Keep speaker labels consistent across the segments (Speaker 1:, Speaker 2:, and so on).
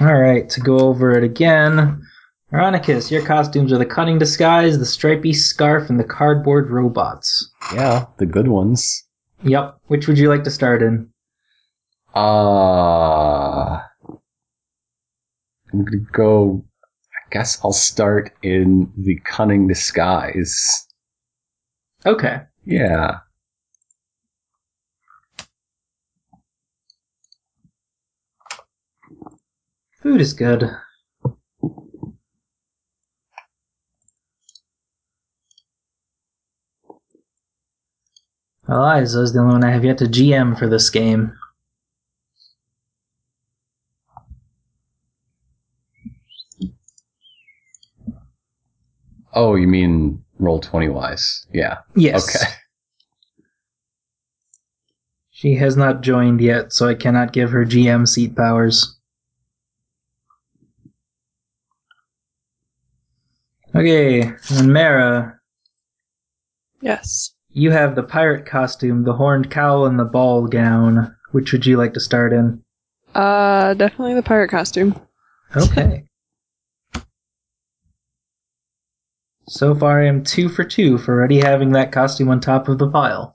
Speaker 1: right, to go over it again. Veronicus, your costumes are the cunning disguise, the stripy scarf, and the cardboard robots.
Speaker 2: Yeah, the good ones.
Speaker 1: Yep. Which would you like to start in?
Speaker 2: Uh, I'm gonna go. I guess I'll start in the cunning disguise.
Speaker 1: Okay.
Speaker 2: Yeah.
Speaker 1: Food is good. Well, Isa's the only one I have yet to GM for this game.
Speaker 2: Oh, you mean roll twenty wise? Yeah.
Speaker 1: Yes.
Speaker 2: Okay.
Speaker 1: She has not joined yet, so I cannot give her GM seat powers. Okay, and Mara,
Speaker 3: Yes.
Speaker 1: you have the pirate costume, the horned cowl, and the ball gown. Which would you like to start in?
Speaker 3: Uh, definitely the pirate costume.
Speaker 1: Okay. so far, I am two for two for already having that costume on top of the pile.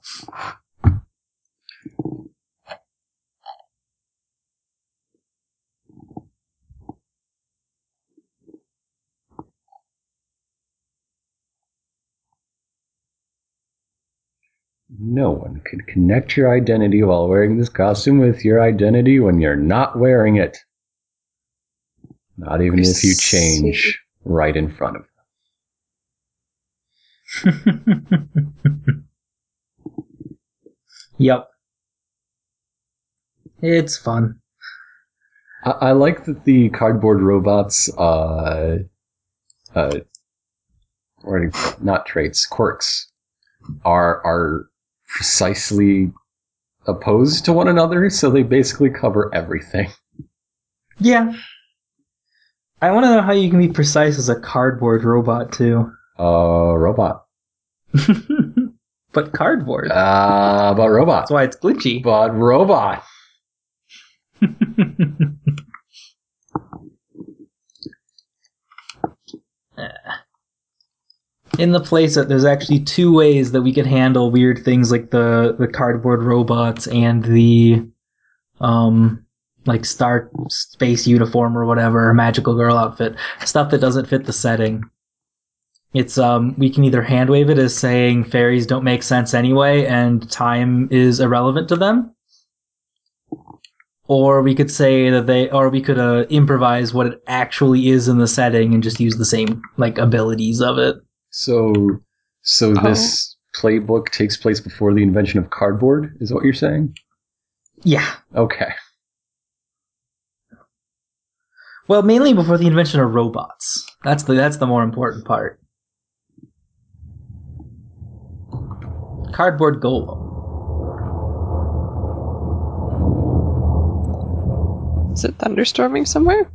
Speaker 2: No one can connect your identity while wearing this costume with your identity when you're not wearing it. Not even if you change right in front of.
Speaker 1: yep. It's fun.
Speaker 2: I, I like that the cardboard robots, uh, uh, or not traits, quirks, are are precisely opposed to one another, so they basically cover everything.
Speaker 1: Yeah. I want to know how you can be precise as a cardboard robot, too.
Speaker 2: Uh, robot.
Speaker 1: but cardboard.
Speaker 2: Uh, but robot.
Speaker 1: That's why it's glitchy.
Speaker 2: But robot.
Speaker 1: Uh, In the playset, there's actually two ways that we could handle weird things like the the cardboard robots and the um like star space uniform or whatever magical girl outfit stuff that doesn't fit the setting. It's um we can either hand wave it as saying fairies don't make sense anyway and time is irrelevant to them, or we could say that they or we could uh, improvise what it actually is in the setting and just use the same like abilities of it.
Speaker 2: So, so
Speaker 3: Oh.
Speaker 2: this playbook takes place before the invention of cardboard, is what you're saying?
Speaker 1: Yeah.
Speaker 2: Okay.
Speaker 1: Well, mainly before the invention of robots. That's the that's the more important part. Cardboard golem.
Speaker 3: Is it thunderstorming somewhere?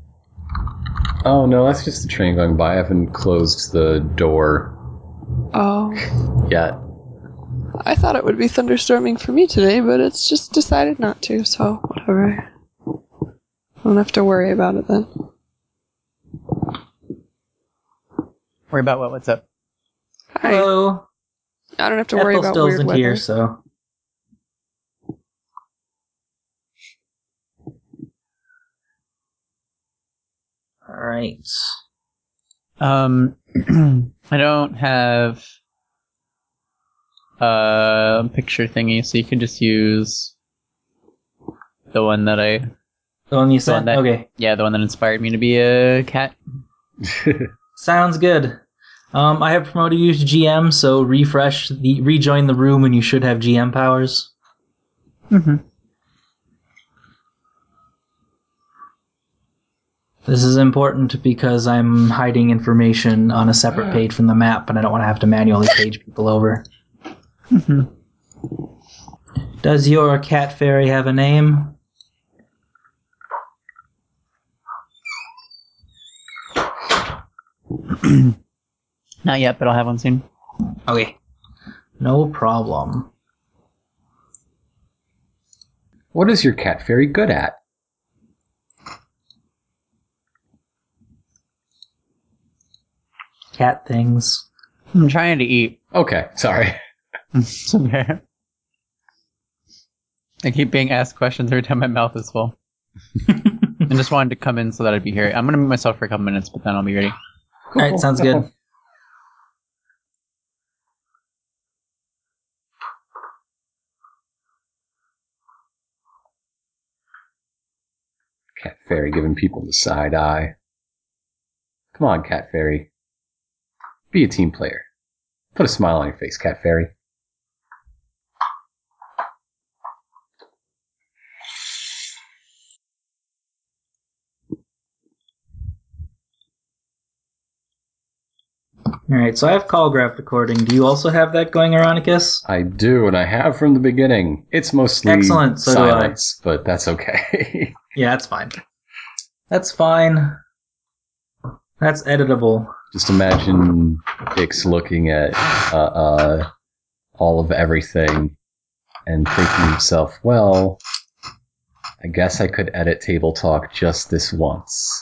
Speaker 2: Oh no, that's just the train going by. I haven't closed the door
Speaker 3: Oh,
Speaker 2: yet.
Speaker 3: I thought it would be thunderstorming for me today, but it's just decided not to, so whatever. I don't have to worry about it then.
Speaker 4: Worry about what? What's up?
Speaker 3: I,
Speaker 1: Hello.
Speaker 3: I don't have to worry
Speaker 1: Ethel
Speaker 3: about
Speaker 1: still
Speaker 3: weird
Speaker 1: isn't
Speaker 3: weather.
Speaker 1: here, so all right.
Speaker 4: Um, I don't have a picture thingy, so you can just use the one that I,
Speaker 1: The one you
Speaker 4: The
Speaker 1: sent.
Speaker 4: one that-
Speaker 1: Okay.
Speaker 4: yeah, the one that inspired me to be a cat.
Speaker 1: Sounds good. Um, I have promoted you to GM, so refresh the rejoin the room, and you should have GM powers.
Speaker 4: Mm-hmm.
Speaker 1: This is important because I'm hiding information on a separate page from the map, and I don't want to have to manually page people over.
Speaker 4: Mhm.
Speaker 1: Does your cat fairy have a name?
Speaker 4: Not yet, but I'll have one soon.
Speaker 1: Okay. No problem.
Speaker 2: What is your cat fairy good at?
Speaker 1: cat things.
Speaker 4: I'm trying to eat.
Speaker 2: Okay, sorry.
Speaker 4: It's okay. I keep being asked questions every time my mouth is full. I just wanted to come in so that I'd be here. I'm gonna mute myself for a couple minutes, but then I'll be ready.
Speaker 1: All right, sounds good.
Speaker 2: Cat Fairy giving people the side eye. Come on, Cat Fairy. Be a team player. Put a smile on your face, Cat Fairy.
Speaker 1: All right, so I have call graph recording. Do you also have that going, Ironicus?
Speaker 2: I do, and I have from the beginning. It's mostly
Speaker 1: Excellent, so do I.
Speaker 2: silence, but that's okay.
Speaker 1: Yeah, that's fine. That's fine. That's editable.
Speaker 2: Just imagine Ix looking at uh, uh, all of everything and thinking to himself, well, I guess I could edit Table Talk just this once.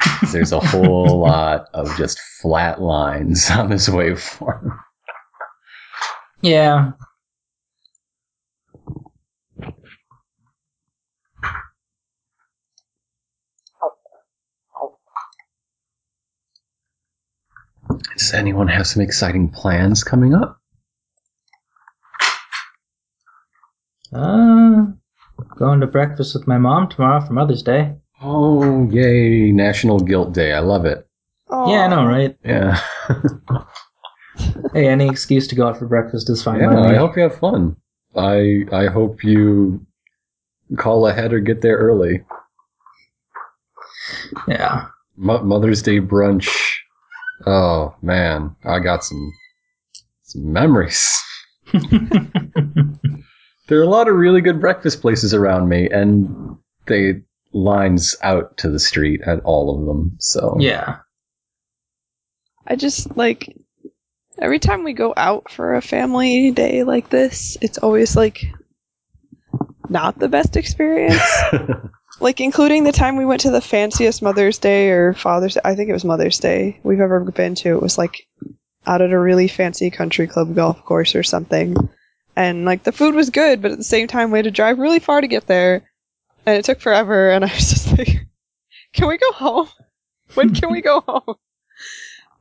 Speaker 2: 'Cause There's a whole lot of just flat lines on this waveform.
Speaker 1: Yeah.
Speaker 2: Does anyone have some exciting plans coming up?
Speaker 1: Uh, going to breakfast with my mom tomorrow for Mother's Day.
Speaker 2: Oh, yay, National Guilt Day. I love it.
Speaker 1: Yeah, I know, right?
Speaker 2: Yeah.
Speaker 1: Hey, any excuse to go out for breakfast is fine.
Speaker 2: yeah,
Speaker 1: by me.
Speaker 2: I hope you have fun. I I hope you call ahead or get there early.
Speaker 1: yeah.
Speaker 2: Mo- Mother's Day brunch. Oh man, I got some some memories. There are a lot of really good breakfast places around me, and they lines out to the street at all of them. So
Speaker 1: yeah.
Speaker 3: I just like every time we go out for a family day like this, it's always like not the best experience. like including the time we went to the fanciest Mother's Day or Father's I think it was Mother's Day we've ever been to. It was like out at a really fancy country club golf course or something. And like the food was good, but at the same time we had to drive really far to get there. And it took forever and I was just like Can we go home? When can we go home?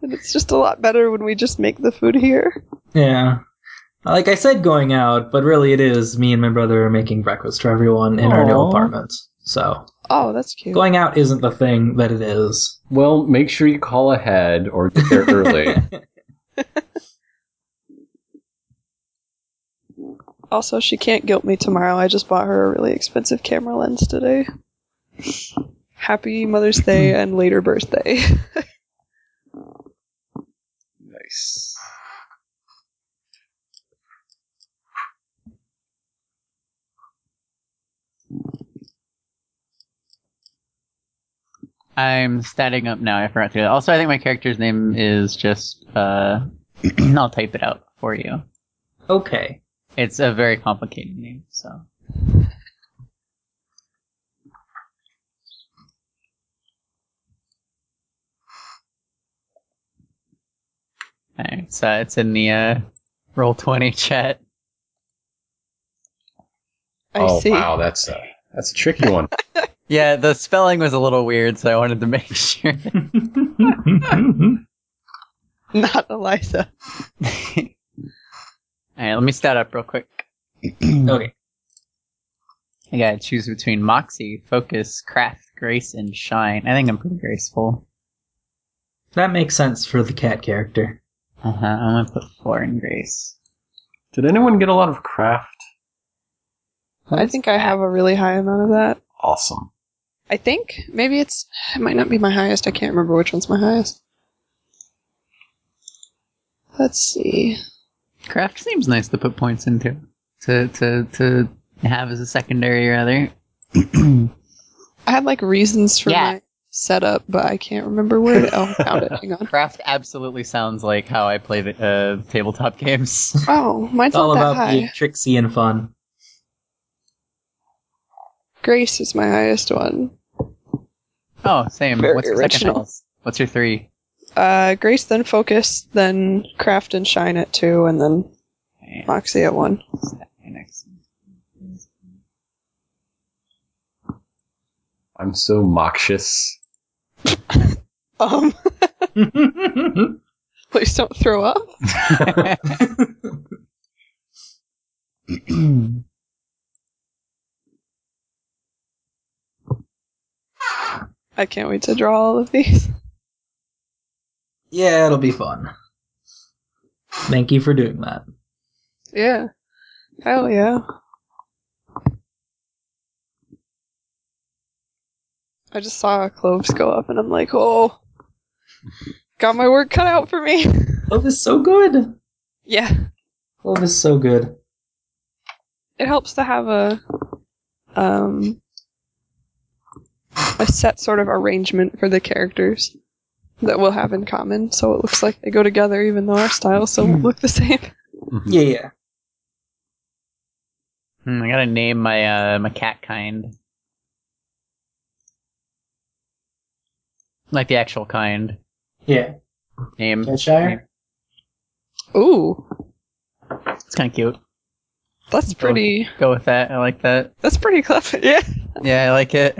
Speaker 3: And it's just a lot better when we just make the food here.
Speaker 1: Yeah. Like I said, going out, but really it is me and my brother are making breakfast for everyone in our new
Speaker 2: Aw.
Speaker 1: apartment. So
Speaker 3: Oh, that's cute.
Speaker 1: going out isn't the thing that it is.
Speaker 2: well, make sure you call ahead or get there early.
Speaker 3: Also, she can't guilt me tomorrow. I just bought her a really expensive camera lens today. Happy Mother's Day and later birthday.
Speaker 2: nice.
Speaker 4: I'm standing up now. I forgot to do that. Also, I think my character's name is just. Uh, I'll type it out for you.
Speaker 1: okay.
Speaker 4: It's a very complicated name, so. Alright, so it's in the uh, roll twenty chat.
Speaker 3: I
Speaker 2: oh
Speaker 3: see.
Speaker 2: wow, that's a that's a tricky one.
Speaker 4: Yeah, the spelling was a little weird, so I wanted to make sure.
Speaker 3: Not Eliza.
Speaker 4: Alright, let me start up real quick.
Speaker 1: okay.
Speaker 4: I gotta choose between Moxie, Focus, Craft, Grace, and Shine. I think I'm pretty graceful.
Speaker 1: That makes sense for the cat character.
Speaker 4: Uh huh. I'm gonna put four in Grace.
Speaker 2: Did anyone get a lot of craft?
Speaker 3: I think I have a really high amount of that.
Speaker 2: Awesome.
Speaker 3: I think maybe it's it might not be my highest. I can't remember which one's my highest. Let's see.
Speaker 4: Craft seems nice to put points into. To to to have as a secondary or other.
Speaker 3: I had like reasons for
Speaker 4: Yeah.
Speaker 3: my setup, but I can't remember where. It, oh, found it. Hang on.
Speaker 4: Craft absolutely sounds like how I play the, uh, tabletop games.
Speaker 3: Oh, mine's
Speaker 1: It's all
Speaker 3: not that
Speaker 1: about
Speaker 3: high.
Speaker 1: being tricksy and fun.
Speaker 3: Grace is my highest one.
Speaker 4: Oh, same.
Speaker 3: Very
Speaker 4: Oh, What's your
Speaker 3: original.
Speaker 4: second highest? What's your three?
Speaker 3: uh, Grace, then Focus, then Craft and Shine at two, and then Moxie at one.
Speaker 2: I'm so noxious.
Speaker 3: Um, please don't throw up. I can't wait to draw all of these.
Speaker 1: yeah, it'll be fun. Thank you for doing that.
Speaker 3: Yeah. Hell yeah. I just saw cloves go up and I'm like, oh, got my work cut out for me.
Speaker 1: Love is so good.
Speaker 3: yeah.
Speaker 1: Love is so good.
Speaker 3: It helps to have a, um, a set sort of arrangement for the characters that we'll have in common, so it looks like they go together even though our styles still look the same.
Speaker 2: Mhm.
Speaker 1: Yeah, yeah.
Speaker 4: Hmm, I gotta name my uh, my cat kind. Like the actual kind.
Speaker 1: Yeah.
Speaker 4: Name.
Speaker 1: Cheshire?
Speaker 3: Ooh,
Speaker 4: It's kind of cute.
Speaker 3: that's pretty.
Speaker 4: Go with that. I like that.
Speaker 3: That's pretty clever. Yeah.
Speaker 4: Yeah, I like it.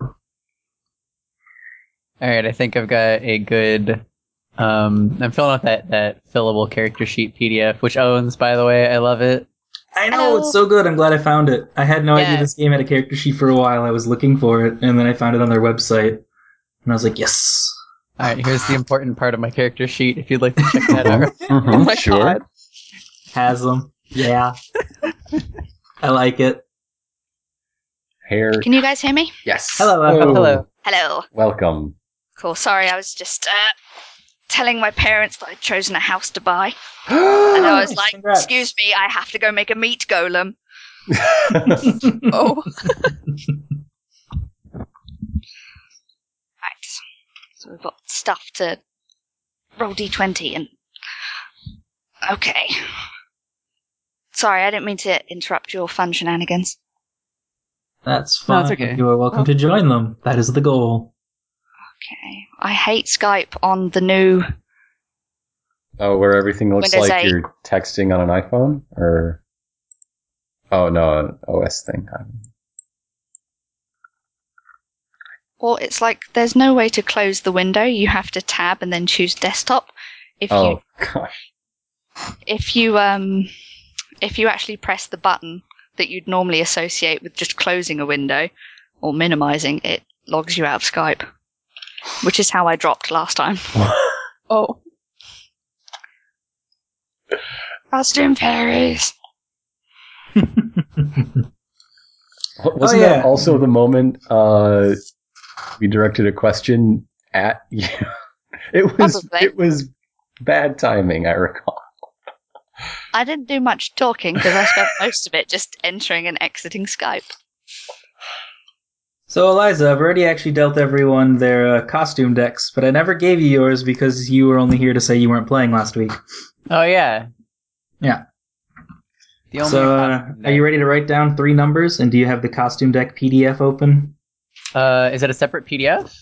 Speaker 4: All right, I think I've got a good. Um, I'm filling out that that fillable character sheet PDF, which owns, by the way. I love it.
Speaker 1: I know, it's so good. I'm glad I found it. I had no idea
Speaker 4: Yeah.
Speaker 1: this game had a character sheet for a while. I was looking for it, and then I found it on their website. And I was like, yes.
Speaker 4: All right, here's the important part of my character sheet. If you'd like to check that out.
Speaker 2: Mhm,
Speaker 3: Oh my
Speaker 2: sure.
Speaker 3: God.
Speaker 1: Has them. Yeah. I like it.
Speaker 2: Hair.
Speaker 5: Can you guys hear me?
Speaker 2: Yes.
Speaker 1: Hello, Ethel.
Speaker 4: Hello.
Speaker 5: Hello.
Speaker 2: Welcome.
Speaker 5: Cool. Sorry, I was just uh, telling my parents that I'd chosen a house to buy. And
Speaker 2: Oh,
Speaker 5: I was
Speaker 1: Nice,
Speaker 5: like,
Speaker 1: congrats.
Speaker 5: excuse me, I have to go make a meat golem.
Speaker 3: Oh.
Speaker 5: Thanks. So we've got stuff to roll d20 and. Okay. Sorry, I didn't mean to interrupt your fun shenanigans.
Speaker 1: That's fine.
Speaker 4: No, it's okay. Oh.
Speaker 1: You are welcome to join them. That is the goal.
Speaker 5: Okay. I hate Skype on the new.
Speaker 2: Oh, where everything looks
Speaker 5: Windows
Speaker 2: like
Speaker 5: 8.
Speaker 2: you're texting on an iPhone, or oh no, an OS thing.
Speaker 5: Or it's like there's no way to close the window. You have to tab and then choose desktop. If you
Speaker 2: Oh gosh.
Speaker 5: if you um if you actually press the button that you'd normally associate with just closing a window or minimizing it logs you out of Skype which is how I dropped last time
Speaker 3: Oh.
Speaker 5: costume fairies
Speaker 2: Wa- Wasn't
Speaker 1: Oh, yeah.
Speaker 2: that also the moment uh, we directed a question at you? it was
Speaker 5: Probably.
Speaker 2: it was bad timing, I recall.
Speaker 5: I didn't do much talking because I spent most of it just entering and exiting Skype
Speaker 1: So, Eliza, I've already actually dealt everyone their uh, costume decks, but I never gave you yours because you were only here to say you weren't playing last week.
Speaker 4: Oh yeah.
Speaker 1: Yeah.
Speaker 4: The only
Speaker 1: so, uh, are you ready to write down three numbers? And do you have the costume deck PDF open?
Speaker 4: Uh, is it a separate PDF?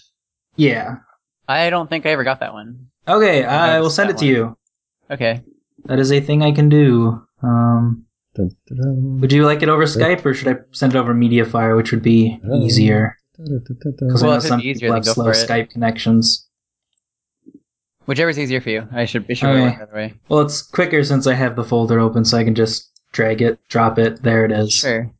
Speaker 1: Yeah.
Speaker 4: I don't think I ever got that one.
Speaker 1: Okay, I
Speaker 4: I
Speaker 1: will
Speaker 4: noticed
Speaker 1: send
Speaker 4: that
Speaker 1: it to
Speaker 4: one.
Speaker 1: you.
Speaker 4: Okay.
Speaker 1: That is a thing I can do. Um,
Speaker 2: Dun, dun, dun,
Speaker 1: would you like it over Skype, or should I send it over MediaFire, which would be
Speaker 2: Oh.
Speaker 1: easier?
Speaker 2: dun, dun, dun, dun.
Speaker 1: Because I
Speaker 4: Well,
Speaker 1: know
Speaker 4: if it'd
Speaker 1: some
Speaker 4: be easier,
Speaker 1: people
Speaker 4: then
Speaker 1: have
Speaker 4: go
Speaker 1: slow
Speaker 4: for it.
Speaker 1: Skype connections.
Speaker 4: Whichever's easier for you. I should. It should
Speaker 1: Okay.
Speaker 4: work the other way.
Speaker 1: Well, it's quicker since I have the folder open, so I can just drag it, drop it. There it is.
Speaker 4: Sure.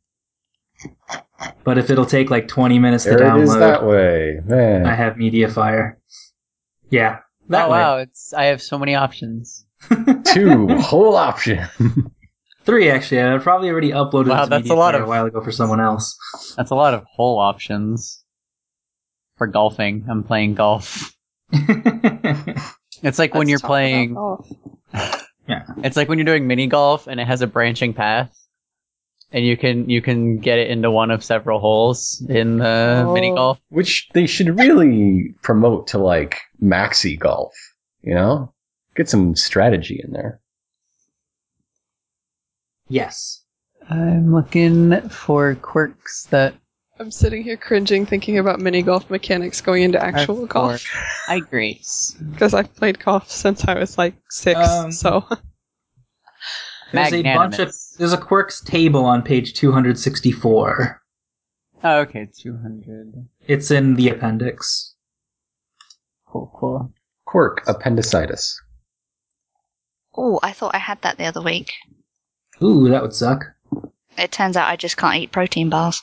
Speaker 1: But if it'll take like 20 minutes to
Speaker 2: There it is that
Speaker 1: download,
Speaker 2: way,
Speaker 1: I
Speaker 2: man.
Speaker 1: have MediaFire. Yeah, that
Speaker 4: oh
Speaker 1: way.
Speaker 4: wow! It's I have so many options.
Speaker 2: Two whole option.
Speaker 1: Three actually. I probably already uploaded
Speaker 4: Wow,
Speaker 1: it to
Speaker 4: that's a
Speaker 1: MediaFire
Speaker 4: lot
Speaker 1: a
Speaker 4: of-
Speaker 1: while ago for someone else.
Speaker 4: That's a lot of whole options for golfing. I'm playing golf. It's like when
Speaker 3: let's
Speaker 4: you're
Speaker 3: talk about
Speaker 4: playing.
Speaker 3: golf.
Speaker 4: It's like when you're doing mini golf and it has a branching path, and you can you can get it into one of several holes in the
Speaker 3: Oh.
Speaker 4: mini golf.
Speaker 2: Which they should really promote to like maxi golf, you know? Get some strategy in there.
Speaker 1: yes.
Speaker 4: I'm looking for quirks that
Speaker 3: I'm sitting here cringing thinking about mini golf mechanics going into actual
Speaker 4: Of
Speaker 3: golf
Speaker 4: course. I grace.
Speaker 3: because I've played golf since I was like six.
Speaker 1: Um,
Speaker 3: so
Speaker 1: There's a bunch of
Speaker 4: Magnanimous.
Speaker 1: there's a quirks table on page 264.
Speaker 4: Oh, okay, 200.
Speaker 1: It's in the appendix.
Speaker 4: Cool, cool.
Speaker 2: Quirk appendicitis.
Speaker 5: Oh, I thought I had that the other week.
Speaker 1: Ooh, that would suck.
Speaker 5: It turns out I just can't eat protein bars.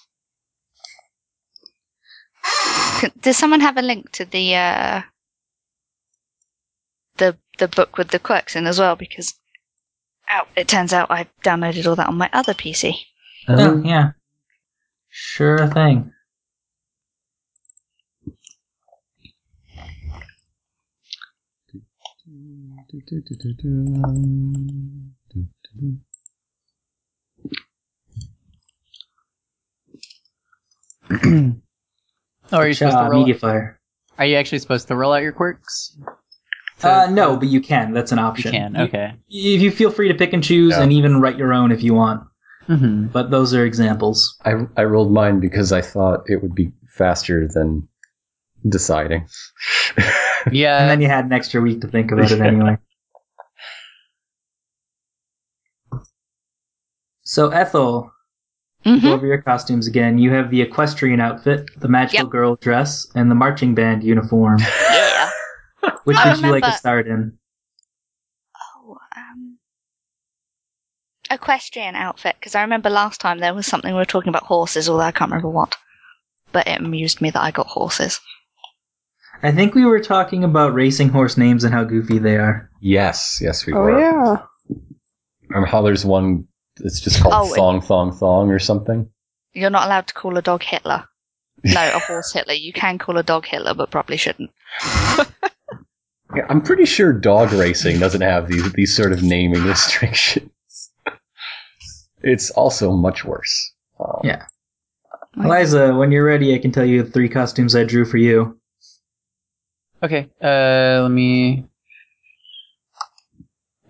Speaker 5: C- Does someone have a link to the uh, the the book with the quirks in as well? Because ow, it turns out I downloaded all that on my other PC.
Speaker 2: Uh-huh.
Speaker 1: Oh, yeah. Sure thing.
Speaker 4: Oh, are you supposed to
Speaker 1: Cha,
Speaker 4: roll?
Speaker 1: Uh, media fire.
Speaker 4: Are you actually supposed to roll out your quirks? To-
Speaker 1: Uh, no, but you can. That's an
Speaker 4: you
Speaker 1: option.
Speaker 4: can. Okay.
Speaker 1: You, you feel free to pick and choose,
Speaker 2: Yeah.
Speaker 1: and even write your own if you want.
Speaker 4: Mm-hmm.
Speaker 1: But those are examples.
Speaker 2: I, I rolled mine because I thought it would be faster than deciding.
Speaker 1: And
Speaker 4: Yeah.
Speaker 1: then you had an extra week to think about it
Speaker 2: Yeah.
Speaker 1: anyway. So Ethel,
Speaker 5: Mm-hmm.
Speaker 1: go over your costumes again. You have the equestrian outfit, the magical girl dress, and the marching band uniform.
Speaker 5: Yeah.
Speaker 1: Which
Speaker 5: I
Speaker 1: would you like to
Speaker 5: remember.
Speaker 1: start in?
Speaker 5: Oh, um, equestrian outfit because I remember last time there was something we were talking about horses, although I can't remember what. But it amused me that I got horses.
Speaker 1: I think we were talking about racing horse names and how goofy they are.
Speaker 2: Yes, yes, we
Speaker 3: oh
Speaker 2: were.
Speaker 3: yeah,
Speaker 2: And how there's one that's just called
Speaker 5: Oh, it-
Speaker 2: Thong Thong Thong or something.
Speaker 5: You're not allowed to call a dog Hitler. No, a horse Hitler. You can call a dog Hitler, but probably shouldn't.
Speaker 2: Yeah, I'm pretty sure dog racing doesn't have these these sort of naming restrictions. It's also much worse. Um,
Speaker 1: Yeah.
Speaker 5: Oh,
Speaker 1: Eliza, when you're ready, I can tell you the three costumes I drew for you.
Speaker 4: Okay. Uh, let me.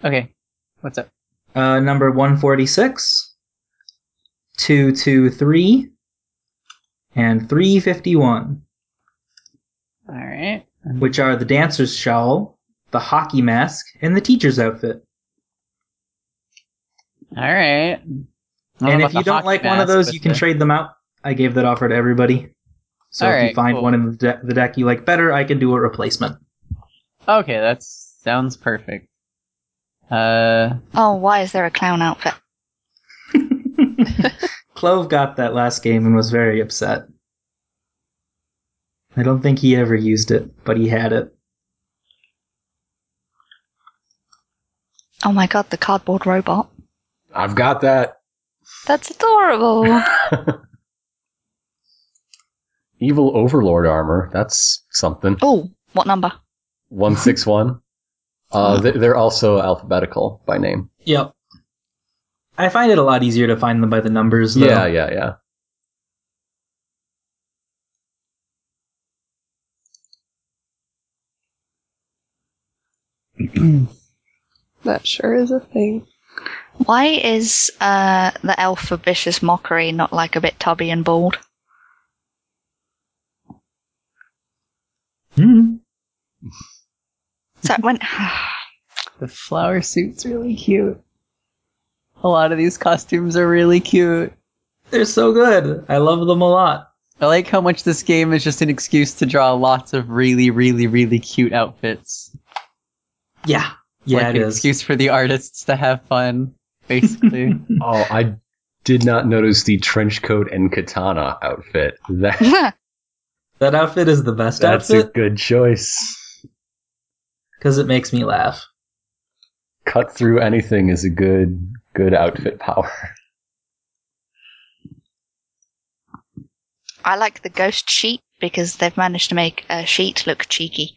Speaker 4: Okay. What's up?
Speaker 1: Uh, number 146, 223, and 351,
Speaker 4: All right.
Speaker 1: which are the dancer's shawl, the hockey mask, and the teacher's outfit.
Speaker 4: All right. I don't know
Speaker 1: and
Speaker 4: about
Speaker 1: if you
Speaker 4: the
Speaker 1: don't
Speaker 4: hockey
Speaker 1: like one of
Speaker 4: mask,
Speaker 1: those,
Speaker 4: but
Speaker 1: you can
Speaker 4: the-
Speaker 1: trade them out. I gave that offer to everybody. So if you
Speaker 4: Alright,
Speaker 1: find
Speaker 4: cool.
Speaker 1: one in the, de- the deck you like better, I can do a replacement.
Speaker 4: Okay, that sounds perfect. Uh,
Speaker 5: Oh, why is there a clown outfit?
Speaker 1: Clove got that last game and was very upset. I don't think he ever used it, but he had it.
Speaker 5: Oh my god, the cardboard robot.
Speaker 2: I've got that
Speaker 5: That's adorable.
Speaker 2: evil overlord armor. That's something.
Speaker 5: oh, what number?
Speaker 2: One six one. Uh, th- they're also alphabetical by name.
Speaker 1: Yep. I find it a lot easier to find them by the numbers, though.
Speaker 2: Yeah, yeah, yeah.
Speaker 3: that sure is a thing.
Speaker 5: Why is uh, the elf of vicious mockery not like a bit tubby and bald?
Speaker 1: Hmm.
Speaker 5: So when
Speaker 4: the flower suit's really cute. A lot of these costumes are really cute.
Speaker 1: They're so good. I love them a lot.
Speaker 4: I like how much this game is just an excuse to draw lots of really, really, really cute outfits.
Speaker 1: Yeah. Yeah,
Speaker 4: like
Speaker 1: it
Speaker 4: an
Speaker 1: is.
Speaker 4: excuse for the artists to have fun, basically.
Speaker 2: Oh, I did not notice the trench coat and katana outfit. That
Speaker 1: That outfit is the best
Speaker 2: that's a
Speaker 1: outfit
Speaker 2: good choice.
Speaker 1: because it makes me laugh.
Speaker 2: Cut through anything is a good good outfit power.
Speaker 5: I like the ghost sheet because they've managed to make a sheet look cheeky.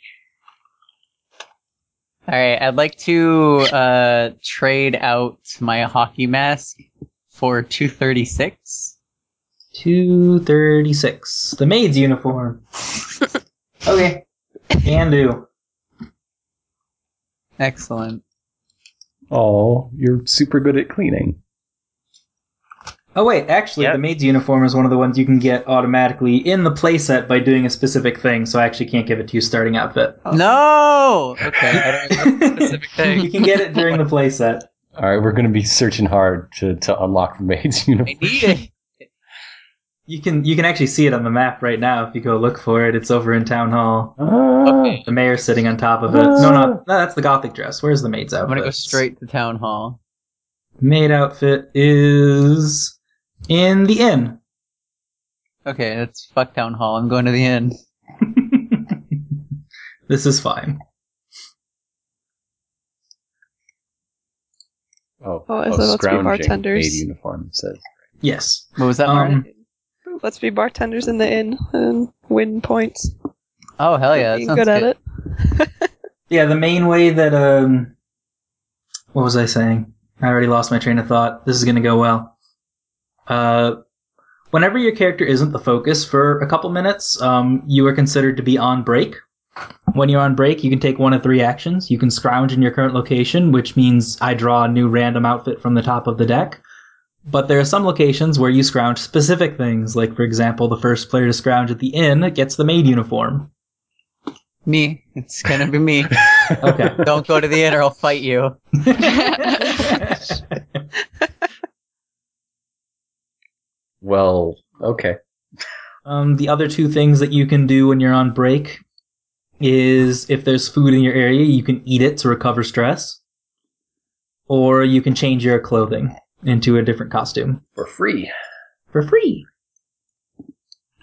Speaker 4: All right, I'd like to uh, trade out my hockey mask for 236.
Speaker 1: 236. The maid's uniform. okay. Can do.
Speaker 4: Excellent.
Speaker 2: Oh, you're super good at cleaning.
Speaker 1: Oh wait, actually,
Speaker 6: Yeah.
Speaker 1: the maid's uniform is one of the ones you can get automatically in the playset by doing a specific thing. So I actually can't give it to you starting outfit.
Speaker 4: No. Okay. I don't remember the specific
Speaker 1: you
Speaker 4: thing.
Speaker 1: can get it during the playset.
Speaker 2: All right, we're going to be searching hard to, to unlock the maid's
Speaker 4: I
Speaker 2: uniform.
Speaker 4: need it.
Speaker 1: You can you can actually see it on the map right now if you go look for it. It's over in town hall.
Speaker 2: Ah,
Speaker 1: The mayor's sitting on top of it. No, no, no that's the gothic dress. Where's the maid's outfit?
Speaker 4: I'm gonna go straight to town hall.
Speaker 1: Maid outfit is in the inn.
Speaker 4: Okay, that's fuck town hall. I'm going to the inn.
Speaker 1: this is fine.
Speaker 2: Oh,
Speaker 3: Oh, I said let's be
Speaker 2: scrounging
Speaker 3: bartenders.
Speaker 2: Maid uniform says.
Speaker 1: Yes.
Speaker 4: What was that?
Speaker 1: Um,
Speaker 4: Marty?
Speaker 3: Let's be bartenders in the inn and win points.
Speaker 4: oh hell yeah! That
Speaker 3: Being
Speaker 4: sounds
Speaker 3: good, at it.
Speaker 1: Yeah, the main way that um what was I saying? I already lost my train of thought. This is gonna go well. Uh whenever your character isn't the focus for a couple minutes, um, you are considered to be on break. When you're on break, you can take one of three actions. You can scrounge in your current location, which means I draw a new random outfit from the top of the deck. But there are some locations where you scrounge specific things, like for example, the first player to scrounge at the inn gets the maid uniform.
Speaker 4: Me. It's gonna be me.
Speaker 1: Okay.
Speaker 4: Don't go to the inn or I'll fight you.
Speaker 2: Well, okay.
Speaker 1: Um, the other two things that you can do when you're on break is if there's food in your area, you can eat it to recover stress, or you can change your clothing into a different costume
Speaker 2: For free.
Speaker 1: for free.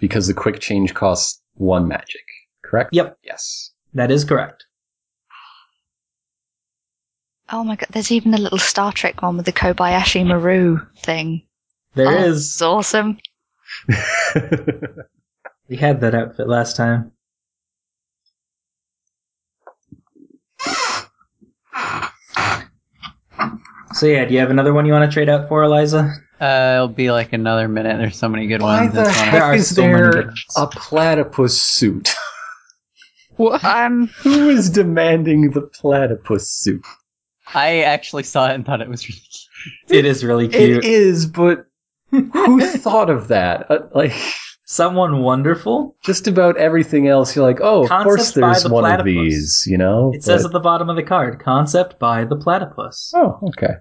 Speaker 2: Because the quick change costs one magic, correct?
Speaker 1: Yep.
Speaker 2: Yes.
Speaker 1: That is correct.
Speaker 5: Oh my god, there's even a little Star Trek one with the Kobayashi Maru thing.
Speaker 1: There is.
Speaker 5: Oh, It's awesome.
Speaker 1: We had that outfit last time. So yeah, do you have another one you want to trade out for, Eliza?
Speaker 4: Uh, it'll be like another minute. There's so many good
Speaker 2: Why
Speaker 4: ones.
Speaker 2: the
Speaker 4: That's one of-
Speaker 1: There are
Speaker 2: heck is
Speaker 1: so many good
Speaker 2: there
Speaker 1: ones.
Speaker 2: a platypus suit?
Speaker 5: Um,
Speaker 2: Who is demanding the platypus suit?
Speaker 4: I actually saw it and thought it was really cute.
Speaker 1: It is really
Speaker 2: It
Speaker 1: cute.
Speaker 2: is, but who thought of that? Uh, like,
Speaker 1: Someone wonderful.
Speaker 2: just about everything else, you're like, oh, of
Speaker 1: Concept
Speaker 2: course
Speaker 1: by
Speaker 2: there's
Speaker 1: the
Speaker 2: one of
Speaker 1: platypus.
Speaker 2: these, you know?
Speaker 1: It says
Speaker 2: But-
Speaker 1: at the bottom of the card, concept by the platypus.
Speaker 2: oh, okay.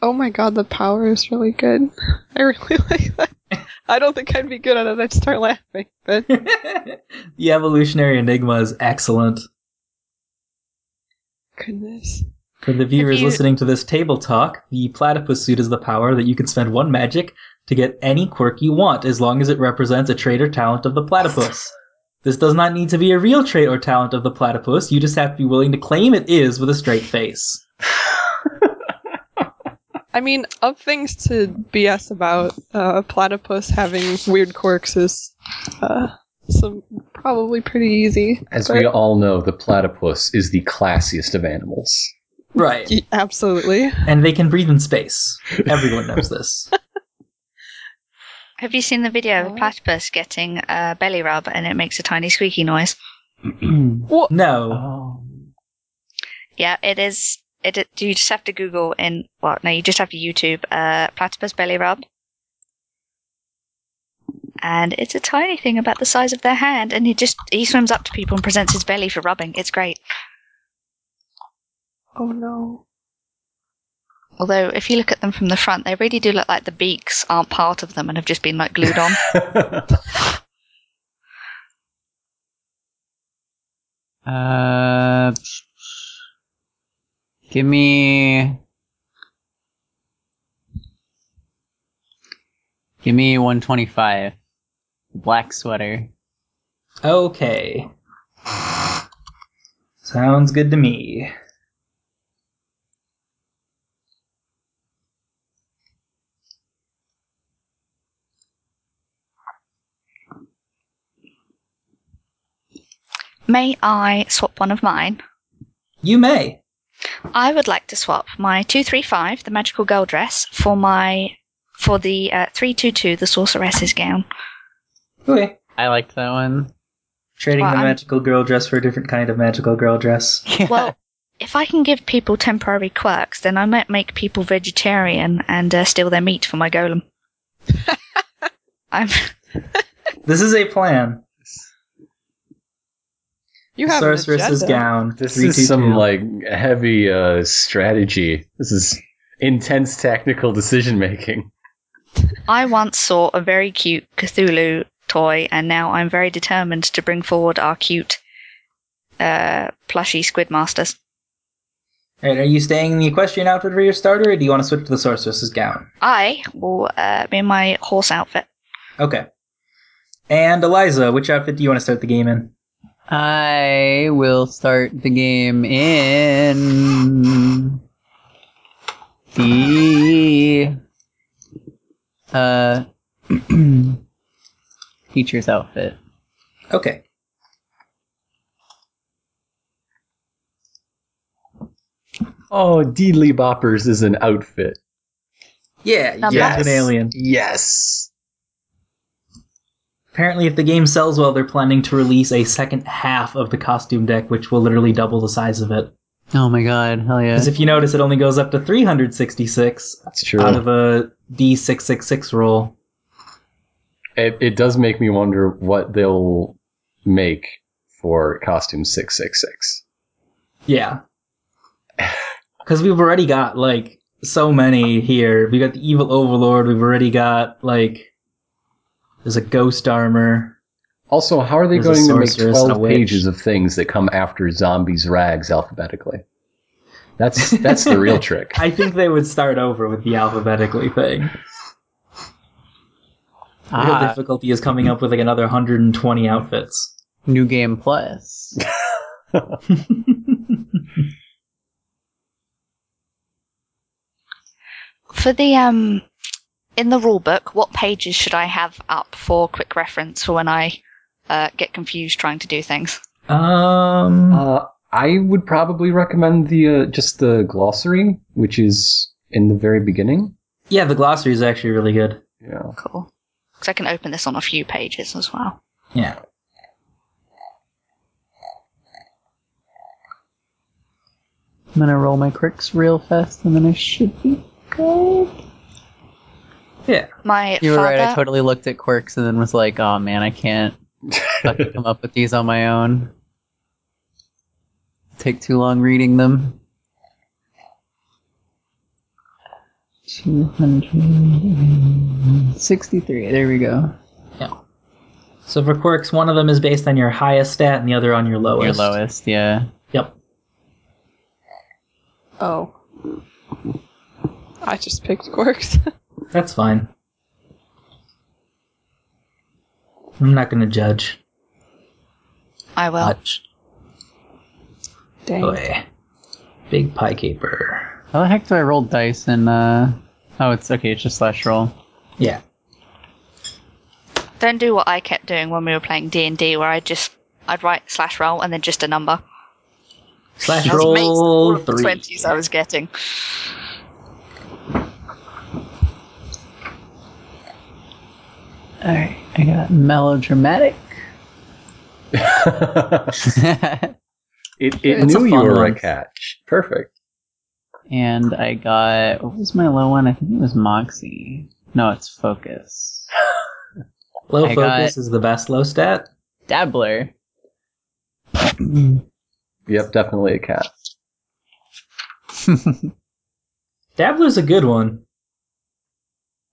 Speaker 3: Oh my god, the power is really good. I really like that. I don't think I'd be good at it. I'd start laughing. But
Speaker 1: the evolutionary enigma is excellent.
Speaker 3: goodness.
Speaker 1: For the viewers
Speaker 5: you-
Speaker 1: listening to this table talk, the platypus suit is the power that you can spend one magic to get any quirk you want as long as it represents a trait or talent of the platypus. This does not need to be a real trait or talent of the platypus, you just have to be willing to claim it is with a straight face.
Speaker 3: I mean, of things to BS about, uh, platypus having weird quirks is uh, some probably pretty easy.
Speaker 2: As
Speaker 3: but-
Speaker 2: we all know, the platypus is the classiest of animals.
Speaker 1: Right.
Speaker 3: Ye- absolutely.
Speaker 1: And they can breathe in space. Everyone knows this.
Speaker 5: have you seen the video of a
Speaker 3: What?
Speaker 5: platypus getting a belly rub and it makes a tiny squeaky noise?
Speaker 1: No.
Speaker 4: Oh.
Speaker 5: Yeah, it is. It, it you just have to Google in well, no, you just have to YouTube uh, platypus belly rub, and it's a tiny thing about the size of their hand, and he just he swims up to people and presents his belly for rubbing. It's great.
Speaker 3: Oh no.
Speaker 5: Although if you look at them from the front, they really do look like the beaks aren't part of them and have just been like glued on.
Speaker 4: Uh, give me. Give me 125. Black sweater.
Speaker 1: Okay. Sounds good to me.
Speaker 5: May I swap one of mine?
Speaker 1: You may.
Speaker 5: I would like to swap my 235, the magical girl dress, for my for the uh, 322, the sorceress's gown.
Speaker 1: Okay.
Speaker 4: I liked that one.
Speaker 1: Trading
Speaker 5: Well,
Speaker 1: the
Speaker 5: I'm-
Speaker 1: magical girl dress for a different kind of magical girl dress.
Speaker 5: Well, if I can give people temporary quirks, then I might make people vegetarian and uh, steal their meat for my golem. I'm
Speaker 1: This is a plan.
Speaker 3: You have
Speaker 1: Sorceress's
Speaker 3: an agenda.
Speaker 1: gown.
Speaker 2: This
Speaker 1: three, two,
Speaker 2: is some
Speaker 1: two.
Speaker 2: like heavy uh, strategy. This is intense tactical decision making.
Speaker 5: I once saw a very cute Cthulhu toy, and now I'm very determined to bring forward our cute uh, plushy squid masters.
Speaker 1: Alright, are you staying in the equestrian outfit for your starter, or do you want to switch to the sorceress's gown?
Speaker 5: I will uh, be in my horse outfit.
Speaker 1: Okay. And Eliza, which outfit do you want to start the game in?
Speaker 4: I will start the game in the uh teacher's outfit.
Speaker 1: Okay.
Speaker 2: Oh, Deedly Boppers is an outfit.
Speaker 1: Yeah,
Speaker 3: Uh,
Speaker 5: Not
Speaker 1: yeah,
Speaker 5: bad.
Speaker 1: an alien.
Speaker 2: Yes.
Speaker 1: Apparently, if the game sells well, they're planning to release a second half of the costume deck, which will literally double the size of it.
Speaker 4: Oh my god, hell yeah.
Speaker 1: Because if you notice, it only goes up to 366
Speaker 2: That's true.
Speaker 1: out of a D666 roll.
Speaker 2: it, it does make me wonder what they'll make for costume 666.
Speaker 1: Yeah. Because we've already got, like, so many here. We got the Evil Overlord, we've already got, like, there's a Ghost Armor.
Speaker 2: Also, how are they
Speaker 1: There's a
Speaker 2: going to make
Speaker 1: sorceress and a
Speaker 2: 12
Speaker 1: witch.
Speaker 2: pages of things that come after zombies' rags alphabetically? That's that's the real trick.
Speaker 1: I think they would start over with the alphabetically thing. The real
Speaker 4: ah,
Speaker 1: difficulty is coming up with, like, another 120 outfits.
Speaker 4: new game plus.
Speaker 5: For the um, in the rule book, what pages should I have up for quick reference for when I uh, get confused trying to do things?
Speaker 1: Um,
Speaker 2: Uh, I would probably recommend the uh, just the glossary, which is in the very beginning.
Speaker 1: yeah, the glossary is actually really good.
Speaker 2: Yeah.
Speaker 5: Cool, because I can open this on a few pages as well.
Speaker 1: Yeah.
Speaker 4: I'm gonna roll my cricks real fast and then I should be good.
Speaker 1: Yeah.
Speaker 5: My
Speaker 4: You were
Speaker 5: father,
Speaker 4: right, I totally looked at quirks and then was like, oh man, I can't fucking come up with these on my own. Take too long reading them. 263, there we go.
Speaker 1: So for quirks, one of them is based on your highest stat and the other on your
Speaker 4: Your
Speaker 1: lowest.
Speaker 4: lowest, yeah.
Speaker 1: Yep.
Speaker 3: Oh. I just picked quirks.
Speaker 1: That's fine. I'm not going to judge
Speaker 5: I will.
Speaker 1: much.
Speaker 3: Dang.
Speaker 1: Boy. Oh, Big pie caper.
Speaker 4: How the heck do I roll dice in, uh. Oh, it's okay, it's just slash roll.
Speaker 1: Yeah.
Speaker 5: Don't do what I kept doing when we were playing D and D, where I just I'd write slash roll and then just a number.
Speaker 1: Slash
Speaker 5: I was amazed at all
Speaker 1: roll
Speaker 5: of the
Speaker 1: three.
Speaker 5: twenties I was getting.
Speaker 4: Alright, I got melodramatic.
Speaker 2: it it
Speaker 1: That's a
Speaker 2: knew you
Speaker 1: fun
Speaker 2: were
Speaker 1: one.
Speaker 2: a catch. Perfect.
Speaker 4: and I got. What was my low one? I think it was Moxie. No, it's Focus.
Speaker 1: Low
Speaker 4: I got-
Speaker 1: focus is the best low stat.
Speaker 4: Dabbler.
Speaker 2: Yep, definitely a catch.
Speaker 1: Dabbler's a good one.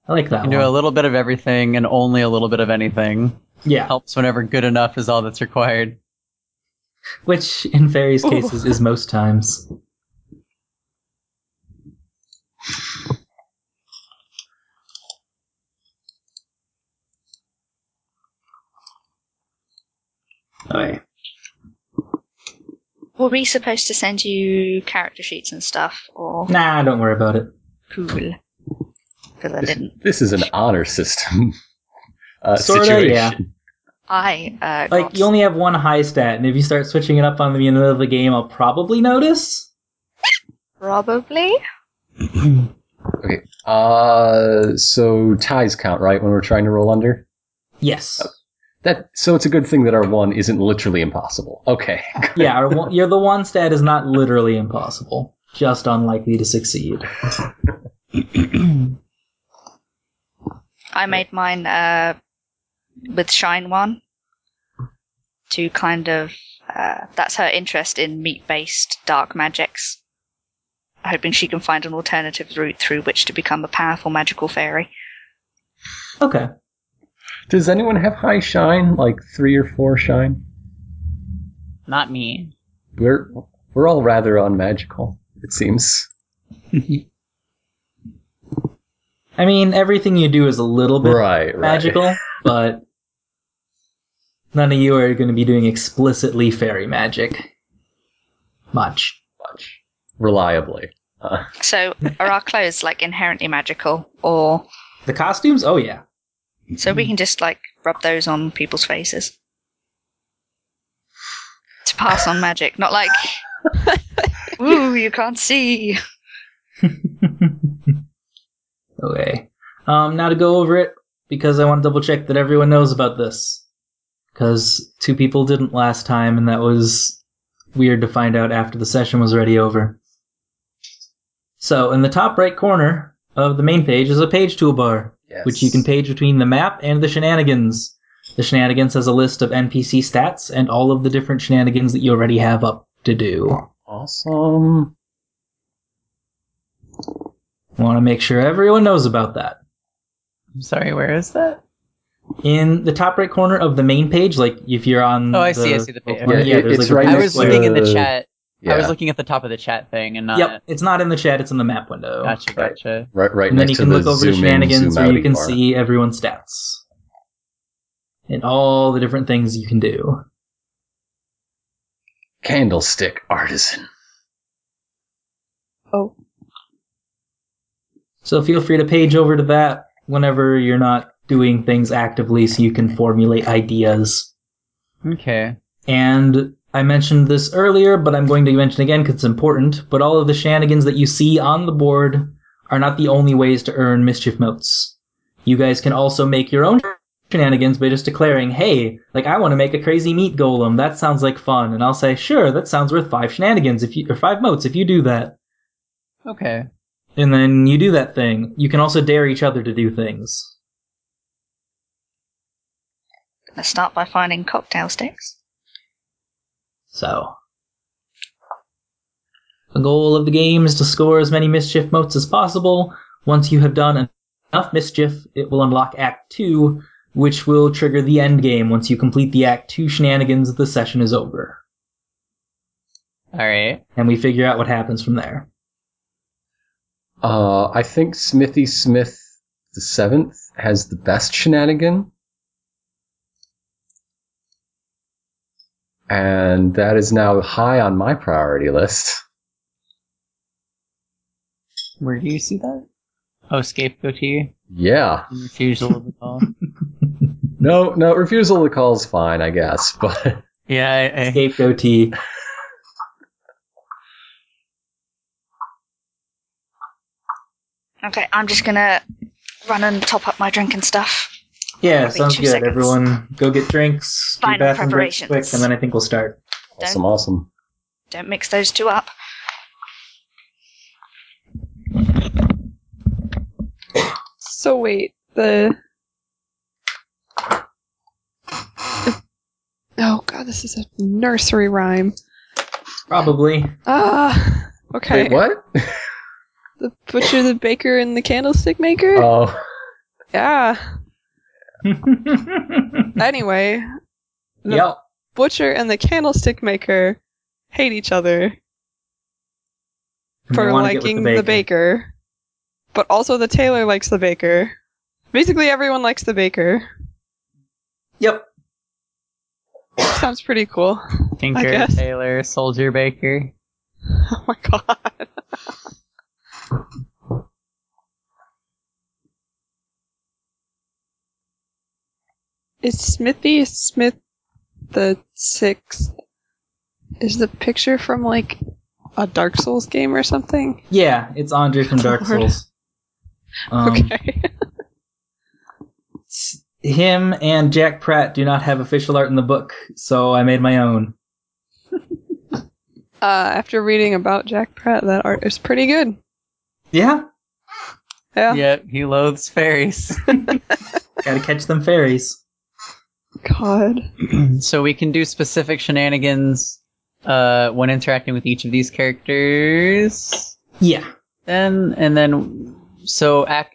Speaker 1: I like that
Speaker 4: You
Speaker 1: one.
Speaker 4: do a little bit of everything and only a little bit of anything.
Speaker 1: yeah.
Speaker 4: Helps whenever good enough is all that's required.
Speaker 1: Which, in fairies'
Speaker 3: Ooh.
Speaker 1: cases, is most times. Okay.
Speaker 5: Were we supposed to send you character sheets and stuff, or
Speaker 1: Nah, don't worry about it.
Speaker 5: cool? Because I
Speaker 2: This,
Speaker 5: didn't.
Speaker 2: this is an honor system uh,
Speaker 1: Sorta,
Speaker 2: situation.
Speaker 1: yeah.
Speaker 5: I uh,
Speaker 1: Like,
Speaker 5: got-
Speaker 1: you only have one high stat, and if you start switching it up on me in the middle of the game, I'll probably notice.
Speaker 5: probably.
Speaker 2: Okay. Uh, so ties count, right? When we're trying to roll under
Speaker 1: Yes.
Speaker 2: that. So it's a good thing that our one isn't literally impossible. Okay.
Speaker 1: yeah, or one, you're the one stat is not literally impossible, just unlikely to succeed.
Speaker 5: I made mine uh, with Shine One to kind of. Uh, that's her interest in meat based dark magics. Hoping she can find an alternative route through which to become a powerful magical fairy.
Speaker 1: Okay.
Speaker 2: Does anyone have high shine? Like three or four shine?
Speaker 4: Not me.
Speaker 2: We're we're all rather unmagical, it seems.
Speaker 1: I mean, everything you do is a little bit
Speaker 2: Right, right.
Speaker 1: magical, but none of you are going to be doing explicitly fairy magic. Much.
Speaker 2: Much. Reliably. Uh,
Speaker 5: So, are our clothes like inherently magical? Or.
Speaker 1: The costumes? Oh, yeah.
Speaker 5: So we can just like rub those on people's faces. To pass on magic, not like. Ooh, you can't see!
Speaker 1: okay. Um, now to go over it, because I want to double check that everyone knows about this. Because two people didn't last time, and that was weird to find out after the session was already over. So, in the top right corner of the main page is a page toolbar,
Speaker 2: yes.
Speaker 1: which you can page between the map and the shenanigans. The shenanigans has a list of NPC stats and all of the different shenanigans that you already have up to do.
Speaker 2: Awesome.
Speaker 1: Want to make sure everyone knows about that.
Speaker 4: I'm sorry, where is that?
Speaker 1: in the top right corner of the main page. Like if you're on.
Speaker 4: Oh, I see, I see the page.
Speaker 1: Yeah,
Speaker 2: Yeah, it-
Speaker 1: there's
Speaker 2: it's
Speaker 1: like
Speaker 2: right
Speaker 1: a
Speaker 4: I
Speaker 2: next
Speaker 4: was
Speaker 2: to
Speaker 4: looking in the
Speaker 2: the-
Speaker 4: chat.
Speaker 2: Uh, Yeah.
Speaker 4: I was looking at the top of the chat thing and not.
Speaker 1: Yep, it's not in the chat. It's in the map window.
Speaker 4: Gotcha,
Speaker 2: Right.
Speaker 4: gotcha.
Speaker 2: right right
Speaker 1: And then you
Speaker 2: next
Speaker 1: can
Speaker 2: to
Speaker 1: look
Speaker 2: the
Speaker 1: over the
Speaker 2: zoom in,
Speaker 1: shenanigans,
Speaker 2: zoom
Speaker 1: where
Speaker 2: out
Speaker 1: you can
Speaker 2: bar.
Speaker 1: see everyone's stats and all the different things you can do.
Speaker 2: Candlestick artisan.
Speaker 3: Oh,
Speaker 1: So feel free to page over to that whenever you're not doing things actively, so you can formulate ideas.
Speaker 4: Okay.
Speaker 1: And I mentioned this earlier, but I'm going to mention again because it's important. But all of the shenanigans that you see on the board are not the only ways to earn mischief motes. You guys can also make your own shenanigans by just declaring, "Hey, like I want to make a crazy meat golem. That sounds like fun." And I'll say, "Sure, that sounds worth five shenanigans if you or five motes if you do that."
Speaker 4: Okay.
Speaker 1: And then you do that thing. You can also dare each other to do things.
Speaker 5: Let's start by finding cocktail sticks.
Speaker 1: So, the goal of the game is to score as many mischief motes as possible. Once you have done enough mischief, it will unlock Act 2, which will trigger the end game once you complete the Act 2 shenanigans, the session is over.
Speaker 4: All right.
Speaker 1: And we figure out what happens from there.
Speaker 2: Uh, I think Smithy Smith the seventh has the best shenanigan. And that is now high on my priority list.
Speaker 4: Where do you see that? Oh, scapegoatee.
Speaker 2: Yeah.
Speaker 4: Refusal of the call.
Speaker 2: No, no, refusal to call is fine, I guess, but
Speaker 4: yeah, I, I,
Speaker 1: Scapegoatee.
Speaker 5: Okay, I'm just gonna run and top up my drink and stuff.
Speaker 1: Yeah,
Speaker 5: Probably
Speaker 1: sounds
Speaker 5: two
Speaker 1: good.
Speaker 5: seconds.
Speaker 1: Everyone go get drinks,
Speaker 5: Final
Speaker 1: do bathroom breaks quick,
Speaker 5: preparations.
Speaker 1: and then I think we'll start.
Speaker 2: awesome, awesome.
Speaker 5: Don't mix those two up.
Speaker 3: so wait, the. Oh god, this is a nursery rhyme.
Speaker 1: Probably.
Speaker 3: Ah, okay.
Speaker 2: Wait, what?
Speaker 3: The butcher, the baker, and the candlestick maker.
Speaker 2: Oh,
Speaker 3: Yeah. Anyway, the
Speaker 1: yep.
Speaker 3: butcher and the candlestick maker hate each other
Speaker 1: And they
Speaker 3: for
Speaker 1: wanna get with
Speaker 3: liking the baker, but also the tailor likes the baker. Basically, everyone likes the baker.
Speaker 1: Yep.
Speaker 3: Sounds pretty cool.
Speaker 4: Tinker,
Speaker 3: guess.
Speaker 4: Tailor, Soldier, Baker.
Speaker 3: Oh my god. Is Smithy Smith the sixth? Is the picture from like a Dark Souls game or something?
Speaker 1: Yeah, it's Andre from Dark
Speaker 3: Lord.
Speaker 1: Souls. Um,
Speaker 3: okay.
Speaker 1: s- him and Jack Pratt do not have official art in the book, so I made my own.
Speaker 3: Uh, after reading about Jack Pratt, that art is pretty good.
Speaker 1: Yeah,
Speaker 3: Yeah.
Speaker 4: Yep, he loathes fairies.
Speaker 1: Gotta catch them fairies.
Speaker 3: God.
Speaker 4: so we can do specific shenanigans uh, when interacting with each of these characters.
Speaker 1: Yeah.
Speaker 4: Then and then, so ac-